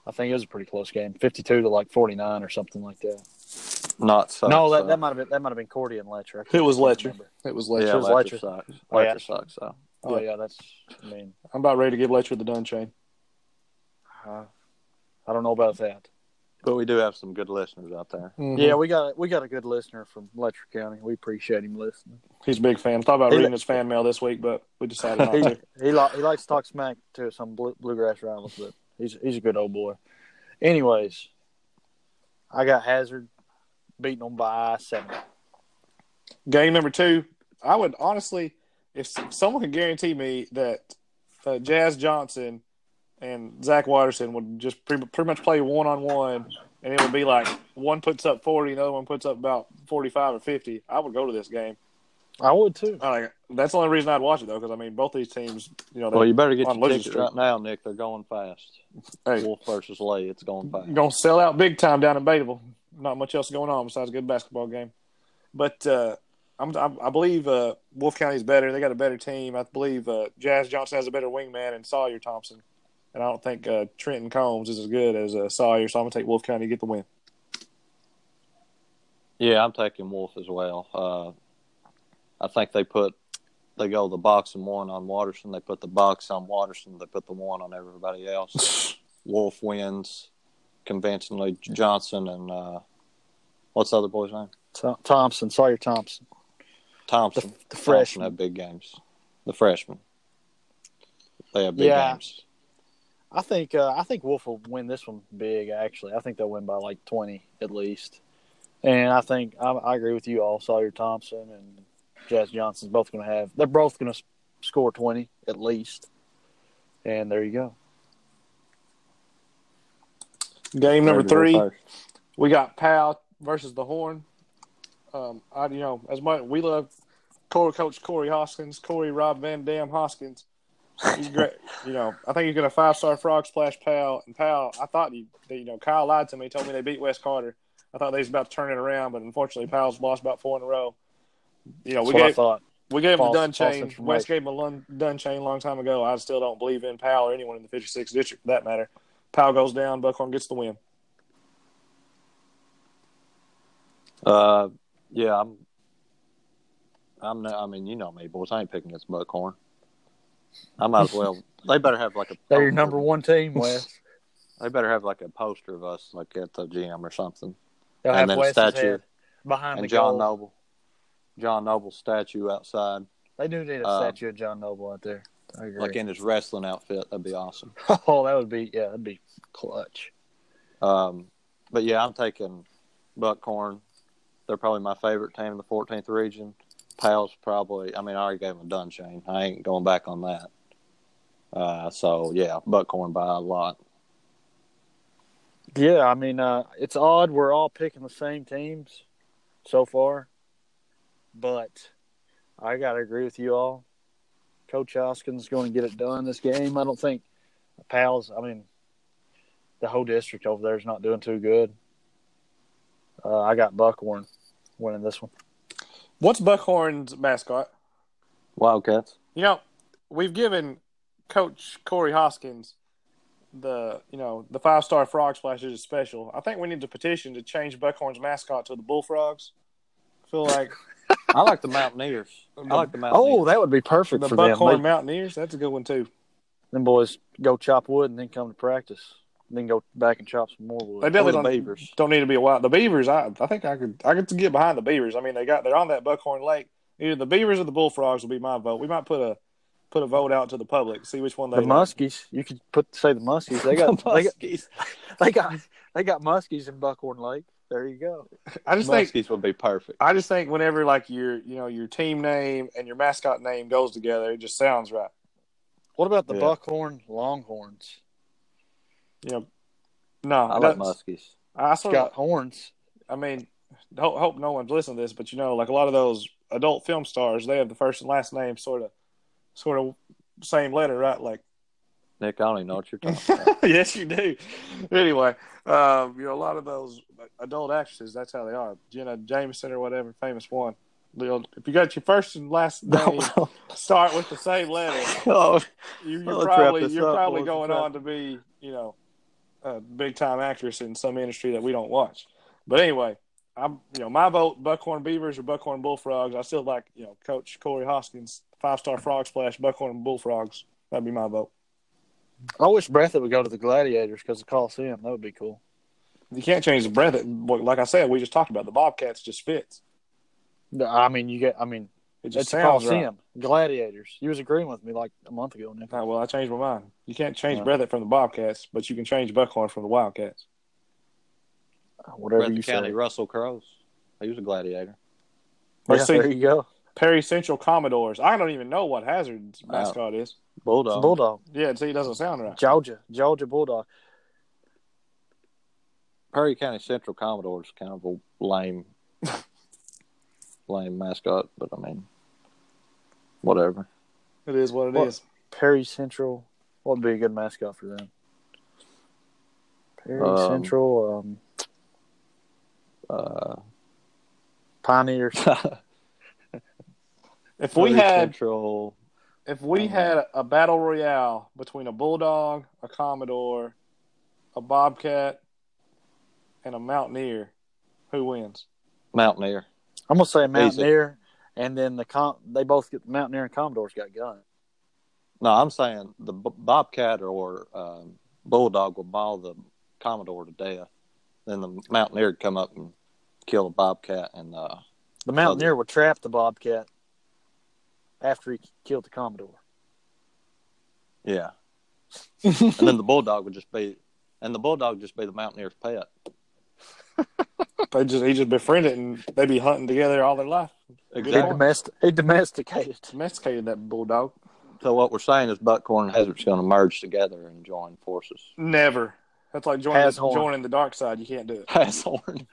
Speaker 3: I think it was a pretty close game, fifty-two to like forty-nine or something like that.
Speaker 2: Not so.
Speaker 3: no, that,
Speaker 2: so.
Speaker 3: that might have been that might have been Cordia and Letcher. I can't
Speaker 1: It was
Speaker 3: remember.
Speaker 1: Letcher. It was Letcher.
Speaker 2: yeah,
Speaker 3: was
Speaker 2: Letcher
Speaker 3: Letcher.
Speaker 2: sucks.
Speaker 3: Oh, yeah.
Speaker 2: Letcher sucks. So.
Speaker 3: Oh
Speaker 1: Yeah.
Speaker 3: yeah, that's. I mean,
Speaker 1: I'm about ready to give Letcher the done chain.
Speaker 3: uh, I don't know about that.
Speaker 2: But we do have some good listeners out there.
Speaker 1: Mm-hmm.
Speaker 3: Yeah, we got we got a good listener from Letcher County. We appreciate him listening.
Speaker 1: He's a big fan. Thought about
Speaker 3: He-
Speaker 1: reading his fan mail this week, but we decided not
Speaker 3: He
Speaker 1: to.
Speaker 3: he, li- he likes to talk smack to some blue, bluegrass rivals, but he's he's a good old boy. Anyways, I got Hazard beating them by seven.
Speaker 1: Game number two. I would honestly, if someone could guarantee me that uh, Jazz Johnson and Zach Watterson would just pretty, pretty much play one on one, and it would be like one puts up 40, the other one puts up about 45 or 50, I would go to this game.
Speaker 3: I would too.
Speaker 1: I like, that's the only reason I'd watch it, though, because I mean, both these teams, you know,
Speaker 2: Well,
Speaker 1: they're
Speaker 2: you better get
Speaker 1: On
Speaker 2: your
Speaker 1: losing
Speaker 2: ticket
Speaker 1: streak.
Speaker 2: right now, Nick. They're going fast.
Speaker 1: hey,
Speaker 2: Wolf versus Lee. It's going fast.
Speaker 1: going to sell out big time down in Batable. Not much else going on besides a good basketball game. But uh, I'm, I'm, I believe uh, Wolf County's better. They got a better team. I believe uh, Jazz Johnson has a better wingman and Sawyer Thompson. And I don't think uh, Trenton Combs is as good as uh, Sawyer, so I'm going to take Wolf County to get the win.
Speaker 2: Yeah, I'm taking Wolf as well. Uh, I think they put they go the box and one on Watterson. They put the box on Watterson. They put the one on everybody else. Wolf wins convincingly. Johnson and uh, what's the other boy's name?
Speaker 3: Thom- Thompson, Sawyer Thompson, the,
Speaker 2: Thompson.
Speaker 3: the
Speaker 2: Thompson
Speaker 3: freshman.
Speaker 2: have big games. The freshmen. They have big
Speaker 3: Yeah.
Speaker 2: games.
Speaker 3: I think uh, I think Wolf will win this one big. Actually, I think they'll win by like twenty at least. And I think I, I agree with you all. Sawyer Thompson and Jazz Johnson's both going to have. They're both going to score twenty at least. And there you go.
Speaker 1: Game number
Speaker 2: Maybe we'll
Speaker 1: three.
Speaker 2: first.
Speaker 1: We got Powell versus the Horn. Um, I you know as much we love Corey, Coach Corey Hoskins, Corey Rob Van Dam Hoskins. He's great. you know, I think he's going to five star frog splash Powell. And Powell, I thought he, they, you know, Kyle lied to me. Told me they beat West Carter. I thought they was about to turn it around, but unfortunately, Powell's lost about four in a row. You know,
Speaker 3: That's
Speaker 1: we
Speaker 3: what I
Speaker 1: gave,
Speaker 3: thought.
Speaker 1: we gave him a
Speaker 3: False-
Speaker 1: done
Speaker 3: false
Speaker 1: chain.
Speaker 3: information.
Speaker 1: West gave him a lun- done chain a long time ago. I still don't believe in Powell or anyone in the 56th district for that matter. Powell goes down. Buckhorn gets the win.
Speaker 2: Uh, yeah, I'm. I'm not, I mean, you know me, boys. I ain't picking this buckhorn. I might as well. they better have like a.
Speaker 3: They're your
Speaker 2: poster-
Speaker 3: number one team, Wes.
Speaker 2: They better have like a poster of us, like at the gym or something.
Speaker 3: They'll
Speaker 2: And
Speaker 3: have
Speaker 2: then
Speaker 3: Wes's
Speaker 2: statue.
Speaker 3: head behind the
Speaker 2: and John
Speaker 3: goal.
Speaker 2: Noble, John Noble's statue outside,
Speaker 3: They do need a
Speaker 2: Uh,
Speaker 3: statue of John Noble out there. I agree.
Speaker 2: like in his wrestling outfit. That'd be awesome.
Speaker 3: oh, that would be yeah, that'd be clutch.
Speaker 2: Um, but yeah, I'm taking Buckhorn. They're probably my favorite team in the 14th region. Powell's probably. I mean, I already gave him a done chain. I ain't going back on that. Uh, so yeah, Buckhorn by a lot.
Speaker 3: Yeah, I mean, uh, it's odd we're all picking the same teams so far, but I gotta agree with you all. Coach Hoskin's going to get it done this game. I don't think pals. I mean, the whole district over there is not doing too good. Uh, I got Buckhorn winning this one.
Speaker 1: What's Buckhorn's mascot?
Speaker 2: Wildcats.
Speaker 1: You know, we've given Coach Corey Hoskins the you know the five star frog splashes is special. I think we need to petition to change Buckhorn's mascot to the Bullfrogs. I feel like
Speaker 2: I like the Mountaineers. I like the Mountaineers.
Speaker 3: Oh, that would be perfect
Speaker 1: the
Speaker 3: for them.
Speaker 1: Buckhorn
Speaker 3: They-
Speaker 1: Mountaineers. That's a good one too.
Speaker 3: them boys go chop wood and then come to practice, and then go back and chop some more wood.
Speaker 1: They definitely
Speaker 2: Or the
Speaker 1: don't,
Speaker 2: Beavers.
Speaker 1: don't need to be a wild. The Beavers, I, I think I could I could get behind the Beavers. I mean, they got they're on that Buckhorn Lake. Either the Beavers or the Bullfrogs will be my vote. We might put a put a vote out to the public, see which one they
Speaker 3: the
Speaker 1: like.
Speaker 3: muskies, you could put say the muskies. They got they got they got they got muskies in Buckhorn Lake. There you go.
Speaker 1: I just think
Speaker 2: Muskies would be perfect.
Speaker 1: I just think whenever like your you know your team name and your mascot name goes together, it just sounds right.
Speaker 3: What about the
Speaker 2: Yeah.
Speaker 3: Buckhorn Longhorns?
Speaker 1: You know, no,
Speaker 2: I
Speaker 1: that's-
Speaker 2: like Muskies.
Speaker 1: I
Speaker 3: It's
Speaker 1: sort
Speaker 3: got
Speaker 1: of,
Speaker 3: horns.
Speaker 1: I mean, hope, hope no one's listening to this, but you know, like a lot of those adult film stars, they have the first and last name sort of sort of same letter, right? Like
Speaker 2: Nick, I don't even know what you're talking about.
Speaker 1: yes, you do. Anyway, um, you know, a lot of those adult actresses, that's how they are. Jenna Jameson or whatever, famous one. You know, If you got your first and last name start with the same letter,
Speaker 2: oh,
Speaker 1: you, you're
Speaker 2: Let's wrap
Speaker 1: probably
Speaker 2: this
Speaker 1: you're
Speaker 2: up,
Speaker 1: probably
Speaker 2: boys.
Speaker 1: going on to be you know a big time actress in some industry that we don't watch. But anyway, I'm you know my vote Buckhorn Beavers or Buckhorn Bullfrogs. I still like you know Coach Corey Hoskins five star frog splash Buckhorn Bullfrogs. That'd be my vote.
Speaker 3: I wish Breathitt would go to the Gladiators because the Coliseum. That would be cool.
Speaker 1: You can't change the breath. Like I said, we just talked about the Bobcats just fits.
Speaker 3: No, I mean, you get. I mean,
Speaker 1: It just
Speaker 3: it's a
Speaker 1: sounds right.
Speaker 3: Coliseum. Gladiators. You was agreeing with me like a month ago, Nick.
Speaker 1: Oh, well, I changed my mind. You can't change
Speaker 3: Yeah.
Speaker 1: Breathitt from the Bobcats, but you can change Buckhorn from the Wildcats.
Speaker 3: Whatever
Speaker 2: Breathitt
Speaker 3: you
Speaker 2: County,
Speaker 3: say.
Speaker 2: Russell Crowe's. He was a gladiator.
Speaker 3: Yeah,
Speaker 1: Or see-
Speaker 3: there you go.
Speaker 1: Perry Central Commodores. I don't even know what Hazard's mascot is.
Speaker 2: Bulldog.
Speaker 3: Bulldog.
Speaker 1: Yeah, see, it doesn't sound right.
Speaker 3: Georgia. Georgia Bulldog.
Speaker 2: Perry County Central Commodore's kind of a lame, lame mascot, but I mean, whatever.
Speaker 1: It is what it is.
Speaker 3: What? Perry Central. What would be a good mascot for them? Perry
Speaker 2: Um,
Speaker 3: Central um,
Speaker 2: Uh,
Speaker 3: Pioneers.
Speaker 1: If we
Speaker 2: Perry
Speaker 1: had
Speaker 2: Central.
Speaker 1: if we
Speaker 2: Um,
Speaker 1: had a battle royale between a bulldog, a commodore, a bobcat, and a mountaineer, who wins?
Speaker 2: Mountaineer.
Speaker 3: I'm gonna say Mountaineer, and then the com- they both get Mountaineer and Commodore's got guns.
Speaker 2: No, I'm saying the b- Bobcat or um, Bulldog would maul the Commodore to death. Then the Mountaineer would come up and kill the Bobcat and uh,
Speaker 3: The Mountaineer would trap the Bobcat after he killed the Commodore.
Speaker 2: Yeah. and then the bulldog would just be, and the bulldog would just be the mountaineer's pet.
Speaker 1: They just he just befriended and they be hunting together all their life.
Speaker 3: He,
Speaker 1: Exactly.
Speaker 3: domest- he domesticated.
Speaker 1: Domesticated that bulldog.
Speaker 2: So what we're saying is Buckhorn and Hazard's going to merge together and join forces.
Speaker 1: Never. That's like joining
Speaker 3: Has horn.
Speaker 1: joining the dark side. You can't do it.
Speaker 2: Hazhorn.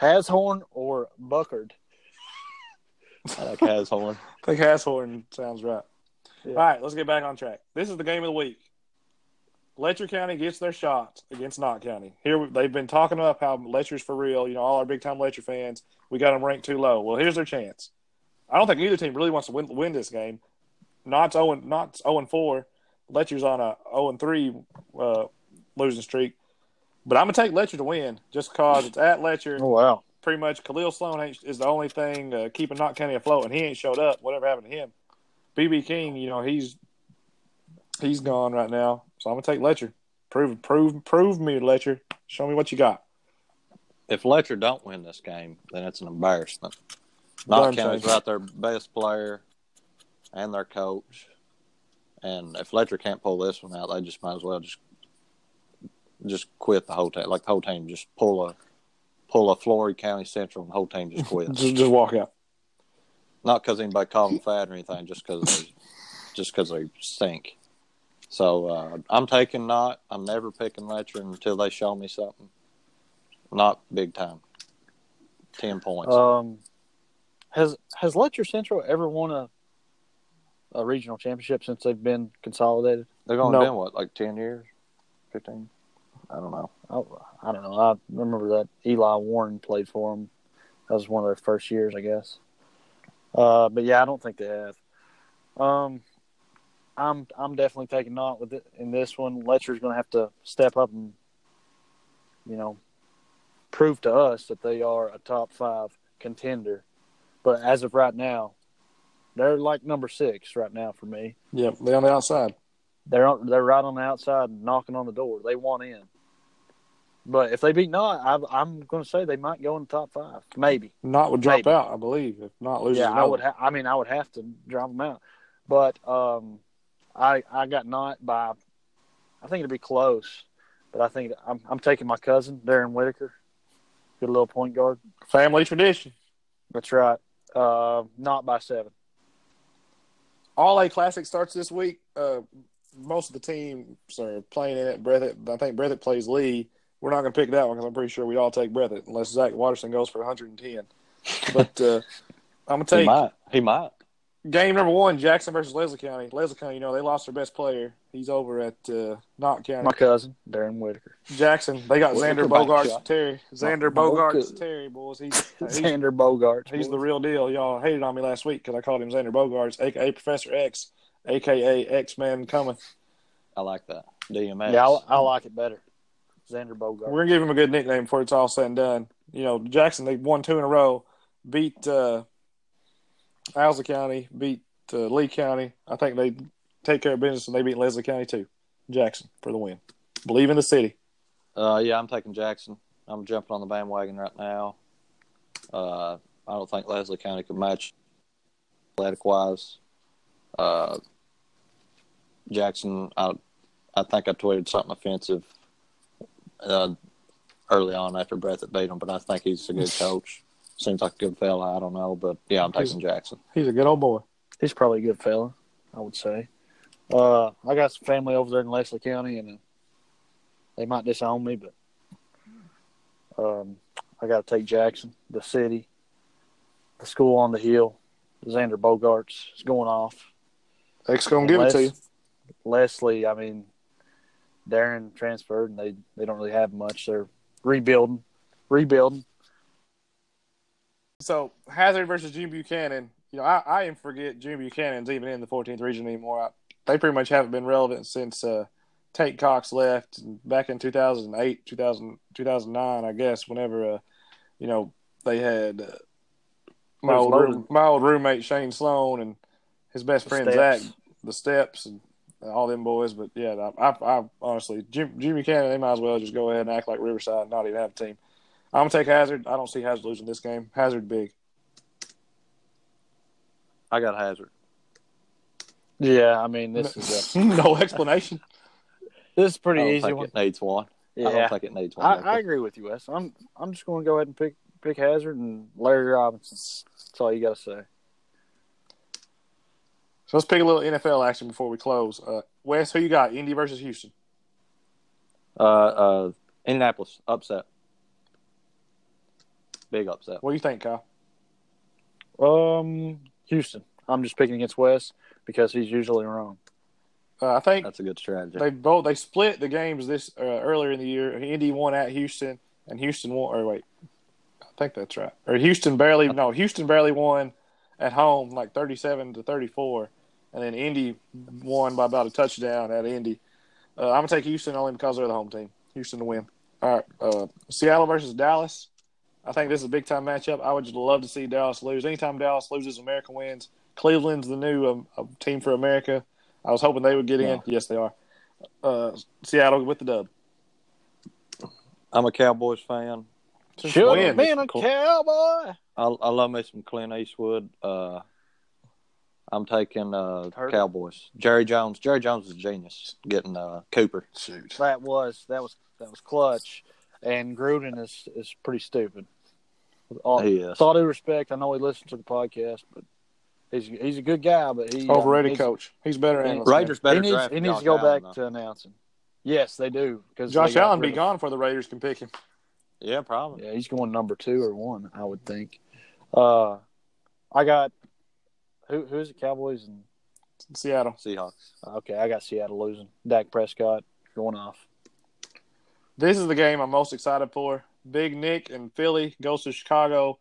Speaker 3: Hashorn or Buckard.
Speaker 2: I like Hazhorn.
Speaker 1: I think Hasshorn sounds right.
Speaker 3: Yeah.
Speaker 1: All right, let's get back on track. This is the game of the week. Letcher County gets their shot against Knott County. Here we- they've been talking up how Letcher's for real. You know, all our big time Letcher fans, we got them ranked too low. Well, here's their chance. I don't think either team really wants to win, win this game. Knott's zero and Knott's zero and four. Letcher's on a zero and three uh, losing streak. But I'm gonna take Letcher to win just cause it's at Letcher.
Speaker 3: Oh wow!
Speaker 1: pretty much Khalil Sloan ain't, is the only thing uh, keeping Knott County afloat, and he ain't showed up. Whatever happened to him? BB King, you know he's he's gone right now, so I'm gonna take Letcher. Prove, prove, prove me, Letcher. Show me what you got.
Speaker 2: If Letcher don't win this game, then it's an embarrassment. Knott
Speaker 1: Darn
Speaker 2: County's
Speaker 1: thing.
Speaker 2: without their best player and their coach, and if Letcher can't pull this one out, they just might as well just just quit the whole team. Like the whole team, just pull a pull a Flory County Central, and the whole team just quits.
Speaker 1: Just, just walk out.
Speaker 2: not because anybody called them fat or anything, just because they, just because they stink. So uh, I'm taking not. I'm never picking Letcher until they show me something. Not big time. Ten points.
Speaker 3: Um, has has Letcher Central ever won a a regional championship since they've been consolidated?
Speaker 2: They've only
Speaker 1: no.
Speaker 2: been what, like ten years, fifteen? I don't know.
Speaker 3: I, I don't know. I remember that Eli Warren played for them. That was one of their first years, I guess. Uh, but yeah, I don't think they have. Um, I'm I'm definitely taking not with it in this one. Letcher's going to have to step up and you know prove to us that they are a top five contender. But as of right now, they're like number six right now for me.
Speaker 1: Yep, they on the outside.
Speaker 3: They're on, they're right on the outside, knocking on the door. They want in. But if they beat not, I, I'm going to say they might go in the top five, maybe.
Speaker 1: Knott would drop
Speaker 3: Maybe.
Speaker 1: out, I believe. If Knott loses,
Speaker 3: yeah, I
Speaker 1: another.
Speaker 3: would. Ha- I mean, I would have to drop them out. But um, I I got not by. I think it'll be close, but I think I'm I'm taking my cousin Darren Whitaker, good little point guard.
Speaker 1: family tradition.
Speaker 3: That's right. Uh, not by seven.
Speaker 1: All A Classic starts this week. Uh, most of the teams are playing in it. Breathitt, I think Breathitt plays Lee. We're not going to pick that one because I'm pretty sure we all take Breathitt unless Zach Watterson goes for 110. But uh, I'm going to
Speaker 2: He
Speaker 1: take
Speaker 2: might. He might.
Speaker 1: game number one Jackson versus Leslie County. Leslie County, you know, they lost their best player. He's over at uh, Knott County.
Speaker 3: My cousin Darren Whitaker,
Speaker 1: Jackson, they got
Speaker 2: Well,
Speaker 1: Xander
Speaker 2: look at my
Speaker 1: Bogarts
Speaker 2: shot.
Speaker 1: Terry. Xander
Speaker 2: my look
Speaker 1: Bogarts
Speaker 2: at-
Speaker 1: Terry, boys. He's, he's
Speaker 3: Xander Bogart.
Speaker 1: He's the real deal. Y'all hated on me last week because I called him Xander Bogarts, aka Professor X, aka X Man Cometh.
Speaker 2: I like that. DMX.
Speaker 3: yeah, I, I like it better. Xander Bogart.
Speaker 1: We're gonna give him a good nickname before it's all said and done. You know, Jackson they won two in a row, beat uh, Alza County, beat uh, Lee County. I think they take care of business and they beat Leslie County too. Jackson for the win. Believe in the city.
Speaker 2: Uh, yeah, I'm taking Jackson. I'm jumping on the bandwagon right now. Uh, I don't think Leslie County could match athletic wise. Uh, Jackson, I, I think I tweeted something offensive uh, early on after Breath at beat him, but I think he's a good coach. Seems like a good fella. I don't know, but yeah, I'm taking Jackson.
Speaker 1: He's a good old boy.
Speaker 3: He's probably a good fella, I would say. Uh, I got some family over there in Leslie County, and uh, they might disown me, but um, I got to take Jackson, the city, the school on the hill. Xander Bogarts is going off.
Speaker 1: X gonna give it to you.
Speaker 3: Leslie, I mean, Darren transferred, and they, they don't really have much. They're rebuilding, rebuilding.
Speaker 1: So Hazard versus Jim Buchanan. You know, I, I even forget Jim Buchanan's even in the 14th region anymore. I, they pretty much haven't been relevant since uh, Tate Cox left and back in 2008, 2000, 2009, I guess. Whenever uh, you know they had uh, my
Speaker 3: Where's
Speaker 1: old
Speaker 3: Logan?
Speaker 1: room, my old roommate Shane Sloan and his best friend
Speaker 3: Steps.
Speaker 1: Zach, the Steps and all them boys. But yeah, I, I, I honestly Jim, Jim Buchanan, they might as well just go ahead and act like Riverside and not even have a team. I'm gonna take Hazard. I don't see Hazard losing this game. Hazard big.
Speaker 2: I got Hazard.
Speaker 3: Yeah, I mean, this is
Speaker 1: no explanation.
Speaker 3: a, this is a
Speaker 2: I
Speaker 3: pretty
Speaker 2: don't
Speaker 3: easy
Speaker 2: think
Speaker 3: one.
Speaker 2: it needs one. I
Speaker 3: Yeah.
Speaker 2: don't think it needs one.
Speaker 3: I,
Speaker 2: Nicky.
Speaker 3: I agree with you, Wes. I'm I'm just going to go ahead and pick pick Hazard and Larry Robinson. That's all you got to say.
Speaker 1: So let's pick a little NFL action before we close. Uh, Wes, who you got? Indy versus Houston.
Speaker 2: Uh, uh, Indianapolis upset. Big upset.
Speaker 1: What do you think, Kyle?
Speaker 3: Um, Houston. I'm just picking against Wes because he's usually wrong.
Speaker 1: Uh, I think
Speaker 2: That's a good strategy.
Speaker 1: they both they split the games this uh, earlier in the year. Indy won at Houston, and Houston won. Or wait, I think that's right. Or Houston barely no Houston barely won at home, like thirty-seven to thirty-four, and then Indy won by about a touchdown at Indy. Uh, I'm gonna take Houston only because they're the home team. Houston to win. All right, uh, Seattle versus Dallas. I think this is a big time matchup. I would just love to see Dallas lose. Anytime Dallas loses, America wins. Cleveland's the new um, uh, team for America. I was hoping they would get in.
Speaker 2: Yeah.
Speaker 1: Yes, they are. Uh, Seattle with the dub.
Speaker 2: I'm a Cowboys fan.
Speaker 3: Should
Speaker 1: when?
Speaker 3: have been a
Speaker 2: Cool.
Speaker 3: cowboy.
Speaker 2: I, I love me some Clint Eastwood. Uh, I'm taking uh,
Speaker 3: Heard.
Speaker 2: Cowboys. Jerry Jones. Jerry Jones is a genius. Getting uh, Cooper.
Speaker 1: Shoot.
Speaker 3: That was that was that was clutch. And Gruden is is pretty stupid. With all,
Speaker 2: He is.
Speaker 3: with all due respect, I know he listens to the podcast, but he's he's a good guy. But he
Speaker 1: Overrated
Speaker 3: he's-
Speaker 1: coach. He's better
Speaker 3: He-
Speaker 1: analyst.
Speaker 2: Raiders better
Speaker 3: He needs,
Speaker 2: draft
Speaker 3: he needs
Speaker 2: Josh
Speaker 3: to go
Speaker 2: Allen,
Speaker 3: back
Speaker 2: though.
Speaker 3: to announcing. Yes, they do because
Speaker 1: Josh Allen be gone for the Raiders can pick him.
Speaker 2: Yeah, probably.
Speaker 3: Yeah, he's going number two or one, I would think. Uh, I got who? Who's the Cowboys? And
Speaker 1: Seattle.
Speaker 2: Seahawks.
Speaker 3: okay, I got Seattle losing. Dak Prescott going off.
Speaker 1: This is the game I'm most excited for. Big Nick and Philly goes to Chicago.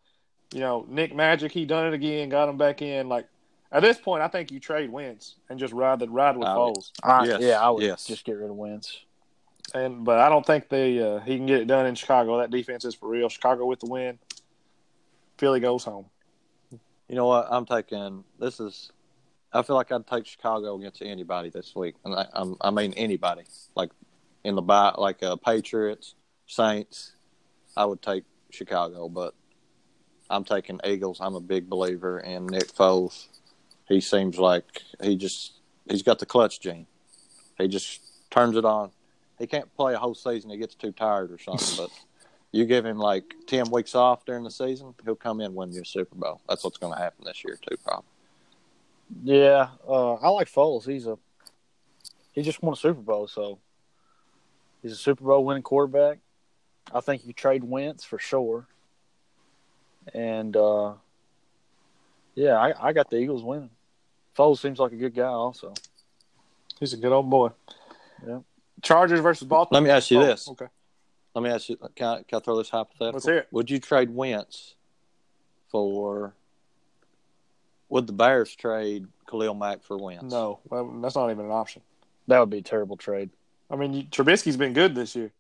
Speaker 1: You know, Nick Magic, he done it again, got him back in. Like at this point, I think you trade wins and just ride the ride with
Speaker 2: I would-
Speaker 1: Foles.
Speaker 3: I,
Speaker 2: Yes,
Speaker 3: yeah, I would
Speaker 2: yes.
Speaker 3: just get rid of Wentz.
Speaker 1: And but I don't think they uh, he can get it done in Chicago. That defense is for real. Chicago with the win. Philly goes home.
Speaker 2: You know what? I'm taking. This is. I feel like I'd take Chicago against anybody this week, and I, I'm, I mean anybody. Like in the bye, like uh, Patriots, Saints. I would take Chicago, but I'm taking Eagles. I'm a big believer in Nick Foles. He seems like he just he's got the clutch gene. He just turns it on. He can't play a whole season. He gets too tired or something. but you give him like ten weeks off during the season, he'll come in and win you a Super Bowl. That's what's going to happen this year too, probably.
Speaker 3: Yeah, uh, I like Foles. He's a he just won a Super Bowl, so he's a Super Bowl winning quarterback. I think you trade Wentz for sure. And uh, yeah, I, I got the Eagles winning. Foles seems like a good guy, also.
Speaker 1: He's a good old boy.
Speaker 3: Yeah.
Speaker 1: Chargers versus Baltimore.
Speaker 2: Let me ask you
Speaker 1: Oh,
Speaker 2: this.
Speaker 1: Okay.
Speaker 2: Let me ask you. Can I, can I throw this hypothetical?
Speaker 1: Let's hear it.
Speaker 2: Would you trade Wentz for? Would the Bears trade Khalil Mack for Wentz?
Speaker 1: No, well, that's not even an option.
Speaker 3: That would be a terrible trade.
Speaker 1: I mean, you- Trubisky's been good this year.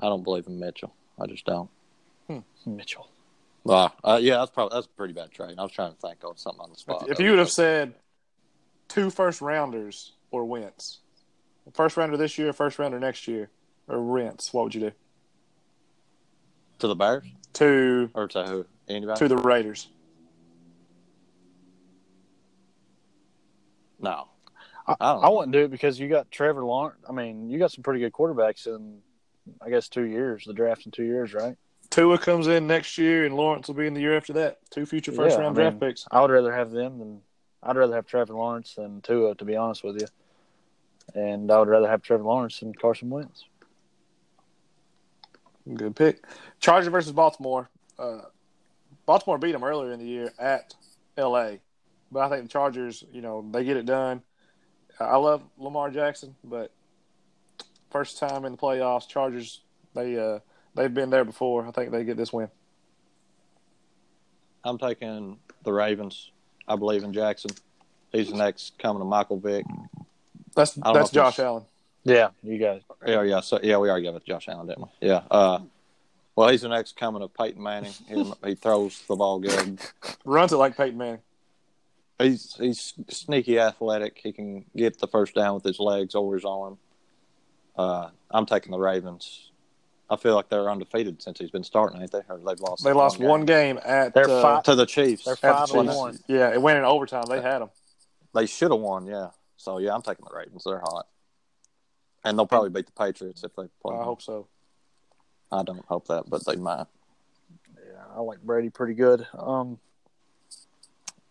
Speaker 2: I don't believe in Mitchell. I just don't.
Speaker 3: Mitchell.
Speaker 2: Well, uh, yeah, that's probably that's a pretty bad trade. I was trying to think of something on the spot.
Speaker 3: Oh,
Speaker 1: If, if you would have said two first rounders or Wentz, first rounder this year, first rounder next year, or Wentz, what would you do?
Speaker 2: to the Bears
Speaker 1: To
Speaker 2: or to who? Anybody?
Speaker 1: to the Raiders.
Speaker 2: no.
Speaker 3: I,
Speaker 2: I
Speaker 3: I,
Speaker 2: don't know.
Speaker 3: wouldn't do it because you got Trevor Lawrence. I mean, you got some pretty good quarterbacks in, I guess, two years. The draft in two years, right?
Speaker 1: Tua comes in next year, and Lawrence will be in the year after that. Two future first
Speaker 3: Yeah,
Speaker 1: round
Speaker 3: I mean-
Speaker 1: draft picks.
Speaker 3: I would rather have them than I'd rather have Trevor Lawrence than Tua, to be honest with you. And I would rather have Trevor Lawrence than Carson Wentz.
Speaker 1: Good pick. Chargers versus Baltimore. Uh, Baltimore beat them earlier in the year at L.A., but I think the Chargers, you know, they get it done. I love Lamar Jackson, but first time in the playoffs, Chargers they uh, they've been there before. I think they get this win.
Speaker 2: I'm taking the Ravens. I believe in Jackson. He's the next coming to Michael Vick.
Speaker 1: That's
Speaker 2: don't know
Speaker 1: that's
Speaker 2: if it's-
Speaker 1: Josh Allen.
Speaker 3: Yeah, you got it.
Speaker 2: Yeah, yeah, so, yeah. We already got it, Josh Allen, didn't we? Yeah. Uh, well, he's the next coming of Peyton Manning. He, he throws the ball good.
Speaker 1: Runs it like Peyton Manning.
Speaker 2: He's he's sneaky athletic. He can get the first down with his legs or his arm. Uh, I'm taking the Ravens. I feel like they're undefeated since he's been starting, ain't they? Or they've lost.
Speaker 1: They lost one game at
Speaker 3: They're
Speaker 1: uh,
Speaker 3: five-
Speaker 2: to the Chiefs.
Speaker 3: They're
Speaker 1: at the
Speaker 3: five and
Speaker 1: Chiefs.
Speaker 3: one.
Speaker 1: Yeah, it went in overtime. They had them.
Speaker 2: They should have won, yeah. So yeah, I'm taking the Ravens. They're hot, and they'll probably beat the Patriots if they play.
Speaker 1: I hope so.
Speaker 2: I don't hope that, but they might.
Speaker 3: Yeah, I like Brady pretty good. Um,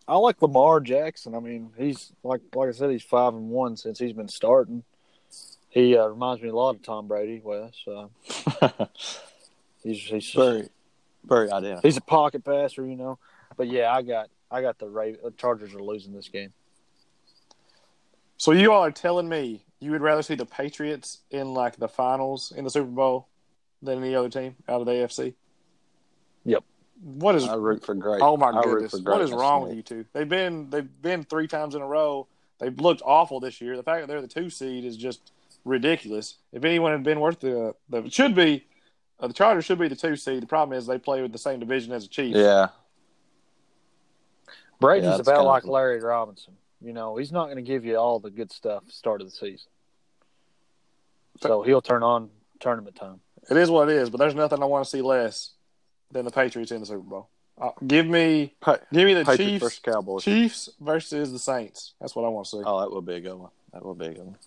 Speaker 3: I like Lamar Jackson. I mean, he's like like I said, he's five and one since he's been starting. He uh, reminds me a lot of Tom Brady. Wes. uh, he's he's just-
Speaker 2: very, very identical.
Speaker 3: he's a pocket passer, you know. But yeah, I got I got the Ra- the Chargers are losing this game.
Speaker 1: So you all are telling me you would rather see the Patriots in like the finals in the Super Bowl than any other team out of the AFC?
Speaker 3: Yep.
Speaker 1: What is
Speaker 2: I root for great.
Speaker 1: Oh my
Speaker 2: I root
Speaker 1: goodness!
Speaker 2: for
Speaker 1: What is
Speaker 2: greatness.
Speaker 1: wrong with you two? They've been they've been three times in a row. They've looked awful this year. The fact that they're the two seed is just ridiculous. If anyone had been worth the, the it should be Uh, the Chargers should be the two seed. The problem is they play with the same division as the Chiefs.
Speaker 2: Yeah.
Speaker 3: Brady's
Speaker 2: Yeah, that's
Speaker 3: about
Speaker 2: kinda-
Speaker 3: like Larry Robinson. You know, he's not going to give you all the good stuff start of the season. So he'll turn on tournament time.
Speaker 1: It is what it is, but there's nothing I want to see less than the Patriots in the Super Bowl. Uh, give me,
Speaker 2: Pa-
Speaker 1: give me the
Speaker 2: Patriots
Speaker 1: Chiefs.
Speaker 2: versus Cowboys.
Speaker 1: Chiefs versus the Saints. That's what I want to see.
Speaker 2: Oh, that would be a good one. That would be a good one.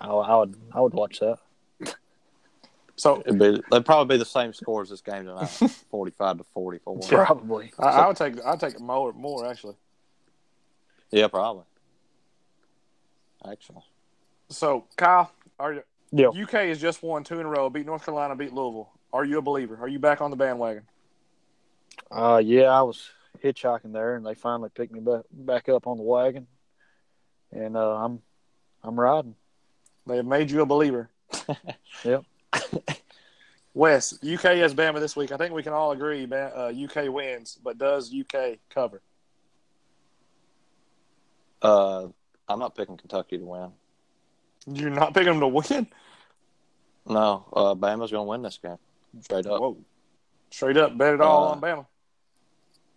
Speaker 3: I, I would, I would watch that.
Speaker 1: so
Speaker 2: It'd be, they'd probably be the same score as this game tonight, forty-five to forty-four. Yeah,
Speaker 3: Probably.
Speaker 1: I, I would take, I would take more, more actually.
Speaker 2: probably. Actually,
Speaker 1: So Kyle, are you,
Speaker 3: Yeah.
Speaker 1: UK has just won two in a row, beat North Carolina, beat Louisville. Are you a believer? Are you back on the bandwagon?
Speaker 3: Uh, yeah, I was hitchhiking there, and they finally picked me back, back up on the wagon, and uh, I'm, I'm riding.
Speaker 1: They have made you a believer.
Speaker 3: Yep.
Speaker 1: Wes, UK is Bama this week. I think we can all agree Ba- uh, UK wins, but does UK cover?
Speaker 2: uh, I'm not picking Kentucky to win.
Speaker 1: You're not picking them to win?
Speaker 2: No, uh, Bama's going to win this game straight up
Speaker 1: Whoa. Straight up, bet it all
Speaker 2: Uh,
Speaker 1: on Bama.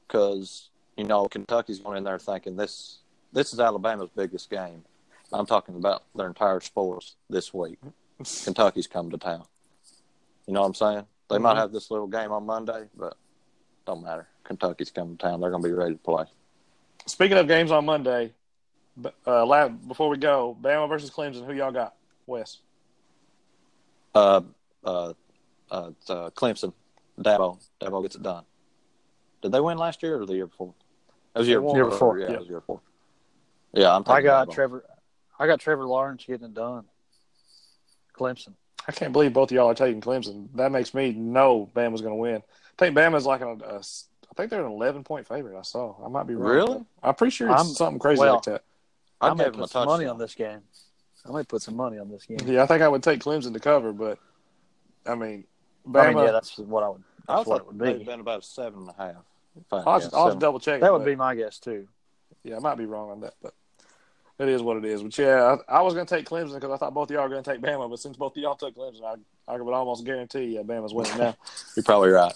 Speaker 2: because you know Kentucky's going in there thinking this this is Alabama's biggest game. I'm talking about their entire sports this week. Kentucky's come to town. You know what I'm saying? They might
Speaker 1: Mhm.
Speaker 3: Mm-hmm.
Speaker 2: have this little game on Monday, but don't matter. Kentucky's come to town. They're going to be ready to play.
Speaker 1: Speaking of games on Monday, b- uh, la- before we go, Bama versus Clemson, who y'all got? Wes.
Speaker 2: Uh, uh, uh, it's, uh Clemson, Dabo, Dabo gets it done. Did they win last year or the year before? It was the year
Speaker 1: They
Speaker 2: before.
Speaker 1: won. Year
Speaker 3: before,
Speaker 2: Yeah,
Speaker 1: yeah.
Speaker 2: it was the year before. Yeah, I'm.
Speaker 3: I
Speaker 2: taking
Speaker 3: got
Speaker 2: Dabo.
Speaker 3: Trevor, I got Trevor Lawrence getting it done. Clemson.
Speaker 1: I can't believe both of y'all are taking Clemson. That makes me know Bama's going to win. I think Bama's like an, a s- I think they're an 11 point favorite. I saw. I might be wrong.
Speaker 2: Really?
Speaker 1: I'm pretty sure it's
Speaker 3: I'm-
Speaker 1: something crazy
Speaker 3: well-
Speaker 1: like that.
Speaker 3: I
Speaker 2: I'd
Speaker 3: may
Speaker 2: give him a
Speaker 3: put some money
Speaker 2: touchdown.
Speaker 3: on this game. I may put some money on this game.
Speaker 1: Yeah, I think I would take Clemson to cover, but I mean, Bama.
Speaker 3: I mean, yeah, that's what I would.
Speaker 2: I
Speaker 3: That's
Speaker 2: would
Speaker 3: what it
Speaker 2: thought
Speaker 3: would
Speaker 2: it would
Speaker 3: be.
Speaker 2: have been about seven and a half. if I had
Speaker 1: I'll,
Speaker 2: guessed.
Speaker 1: just, I'll just
Speaker 2: Seven.
Speaker 1: double check.
Speaker 3: That would
Speaker 1: but-
Speaker 3: be my guess too.
Speaker 1: Yeah, I might be wrong on that, but it is what it is. But yeah, I, I was going to take Clemson because I thought both of y'all were going to take Bama, but since both of y'all took Clemson, I, I would almost guarantee yeah, Bama's winning now.
Speaker 2: You're probably right.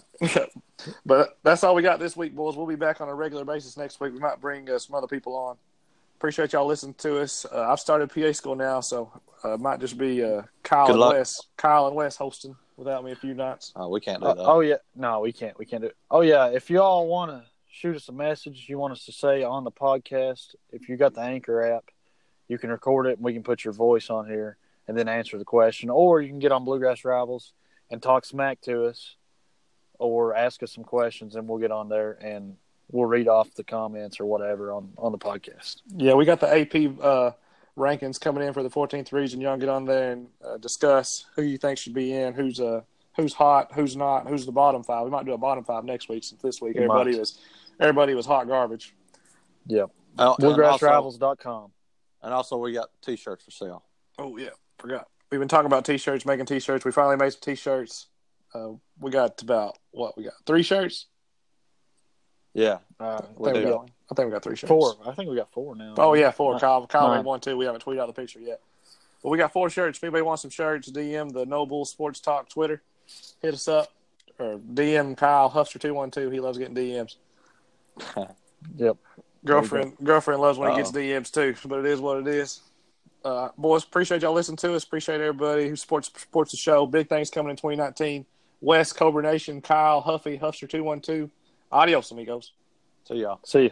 Speaker 1: But that's all we got this week, boys. We'll be back on a regular basis next week. We might bring uh, some other people on. Appreciate y'all listening to us. Uh, I've started PA school now, so uh, it might just be uh, Kyle
Speaker 2: Good
Speaker 1: and
Speaker 2: luck.
Speaker 1: Wes. Kyle and Wes hosting without me a few nights.
Speaker 2: Oh, we can't do
Speaker 3: Uh,
Speaker 2: that.
Speaker 3: oh yeah, no, we can't. We can't do. It. Oh yeah, if y'all want to shoot us a message, you want us to say on the podcast. If you got the Anchor app, you can record it, and we can put your voice on here, and then answer the question, or you can get on Bluegrass Rivals and talk smack to us, or ask us some questions, and we'll get on there and we'll read off the comments or whatever on on the podcast.
Speaker 1: Yeah, we got the AP uh, rankings coming in for the 14th region. Y'all get on there and uh, discuss who you think should be in, who's uh, who's hot, who's not, who's the bottom five. We might do a bottom five next week since this week
Speaker 3: We
Speaker 1: everybody
Speaker 3: might.
Speaker 1: was everybody was hot garbage.
Speaker 2: Oh, and also-
Speaker 3: BluegrassRivals.com.
Speaker 2: And also, we got T-shirts for sale.
Speaker 1: Oh yeah, forgot. We've been talking about t-shirts, making t-shirts. We finally made some t-shirts. Uh, we got about what we got three shirts.
Speaker 2: Yeah,
Speaker 3: Uh,
Speaker 1: I think,
Speaker 2: do.
Speaker 1: we got, I think we got three shirts.
Speaker 3: four. I think we got four now.
Speaker 1: Oh yeah, four.
Speaker 3: Nine.
Speaker 1: Kyle, Kyle
Speaker 3: Nine.
Speaker 1: made one too. We haven't tweeted out the picture yet, but we got four shirts. If anybody wants some shirts, DM the Noble Sports Talk Twitter. Hit us up or DM Kyle Huffster two one two. He loves getting DMs.
Speaker 3: Yep.
Speaker 1: Girlfriend, girlfriend loves when he
Speaker 2: Uh-oh.
Speaker 1: gets DMs too. But it is what it is. Uh, boys, appreciate y'all listening to us. Appreciate everybody who supports supports the show. Big things coming in 2019. West Cobra Nation, Kyle Huffy, Huffster two one two. Adios, amigos.
Speaker 2: see y'all.
Speaker 3: See you.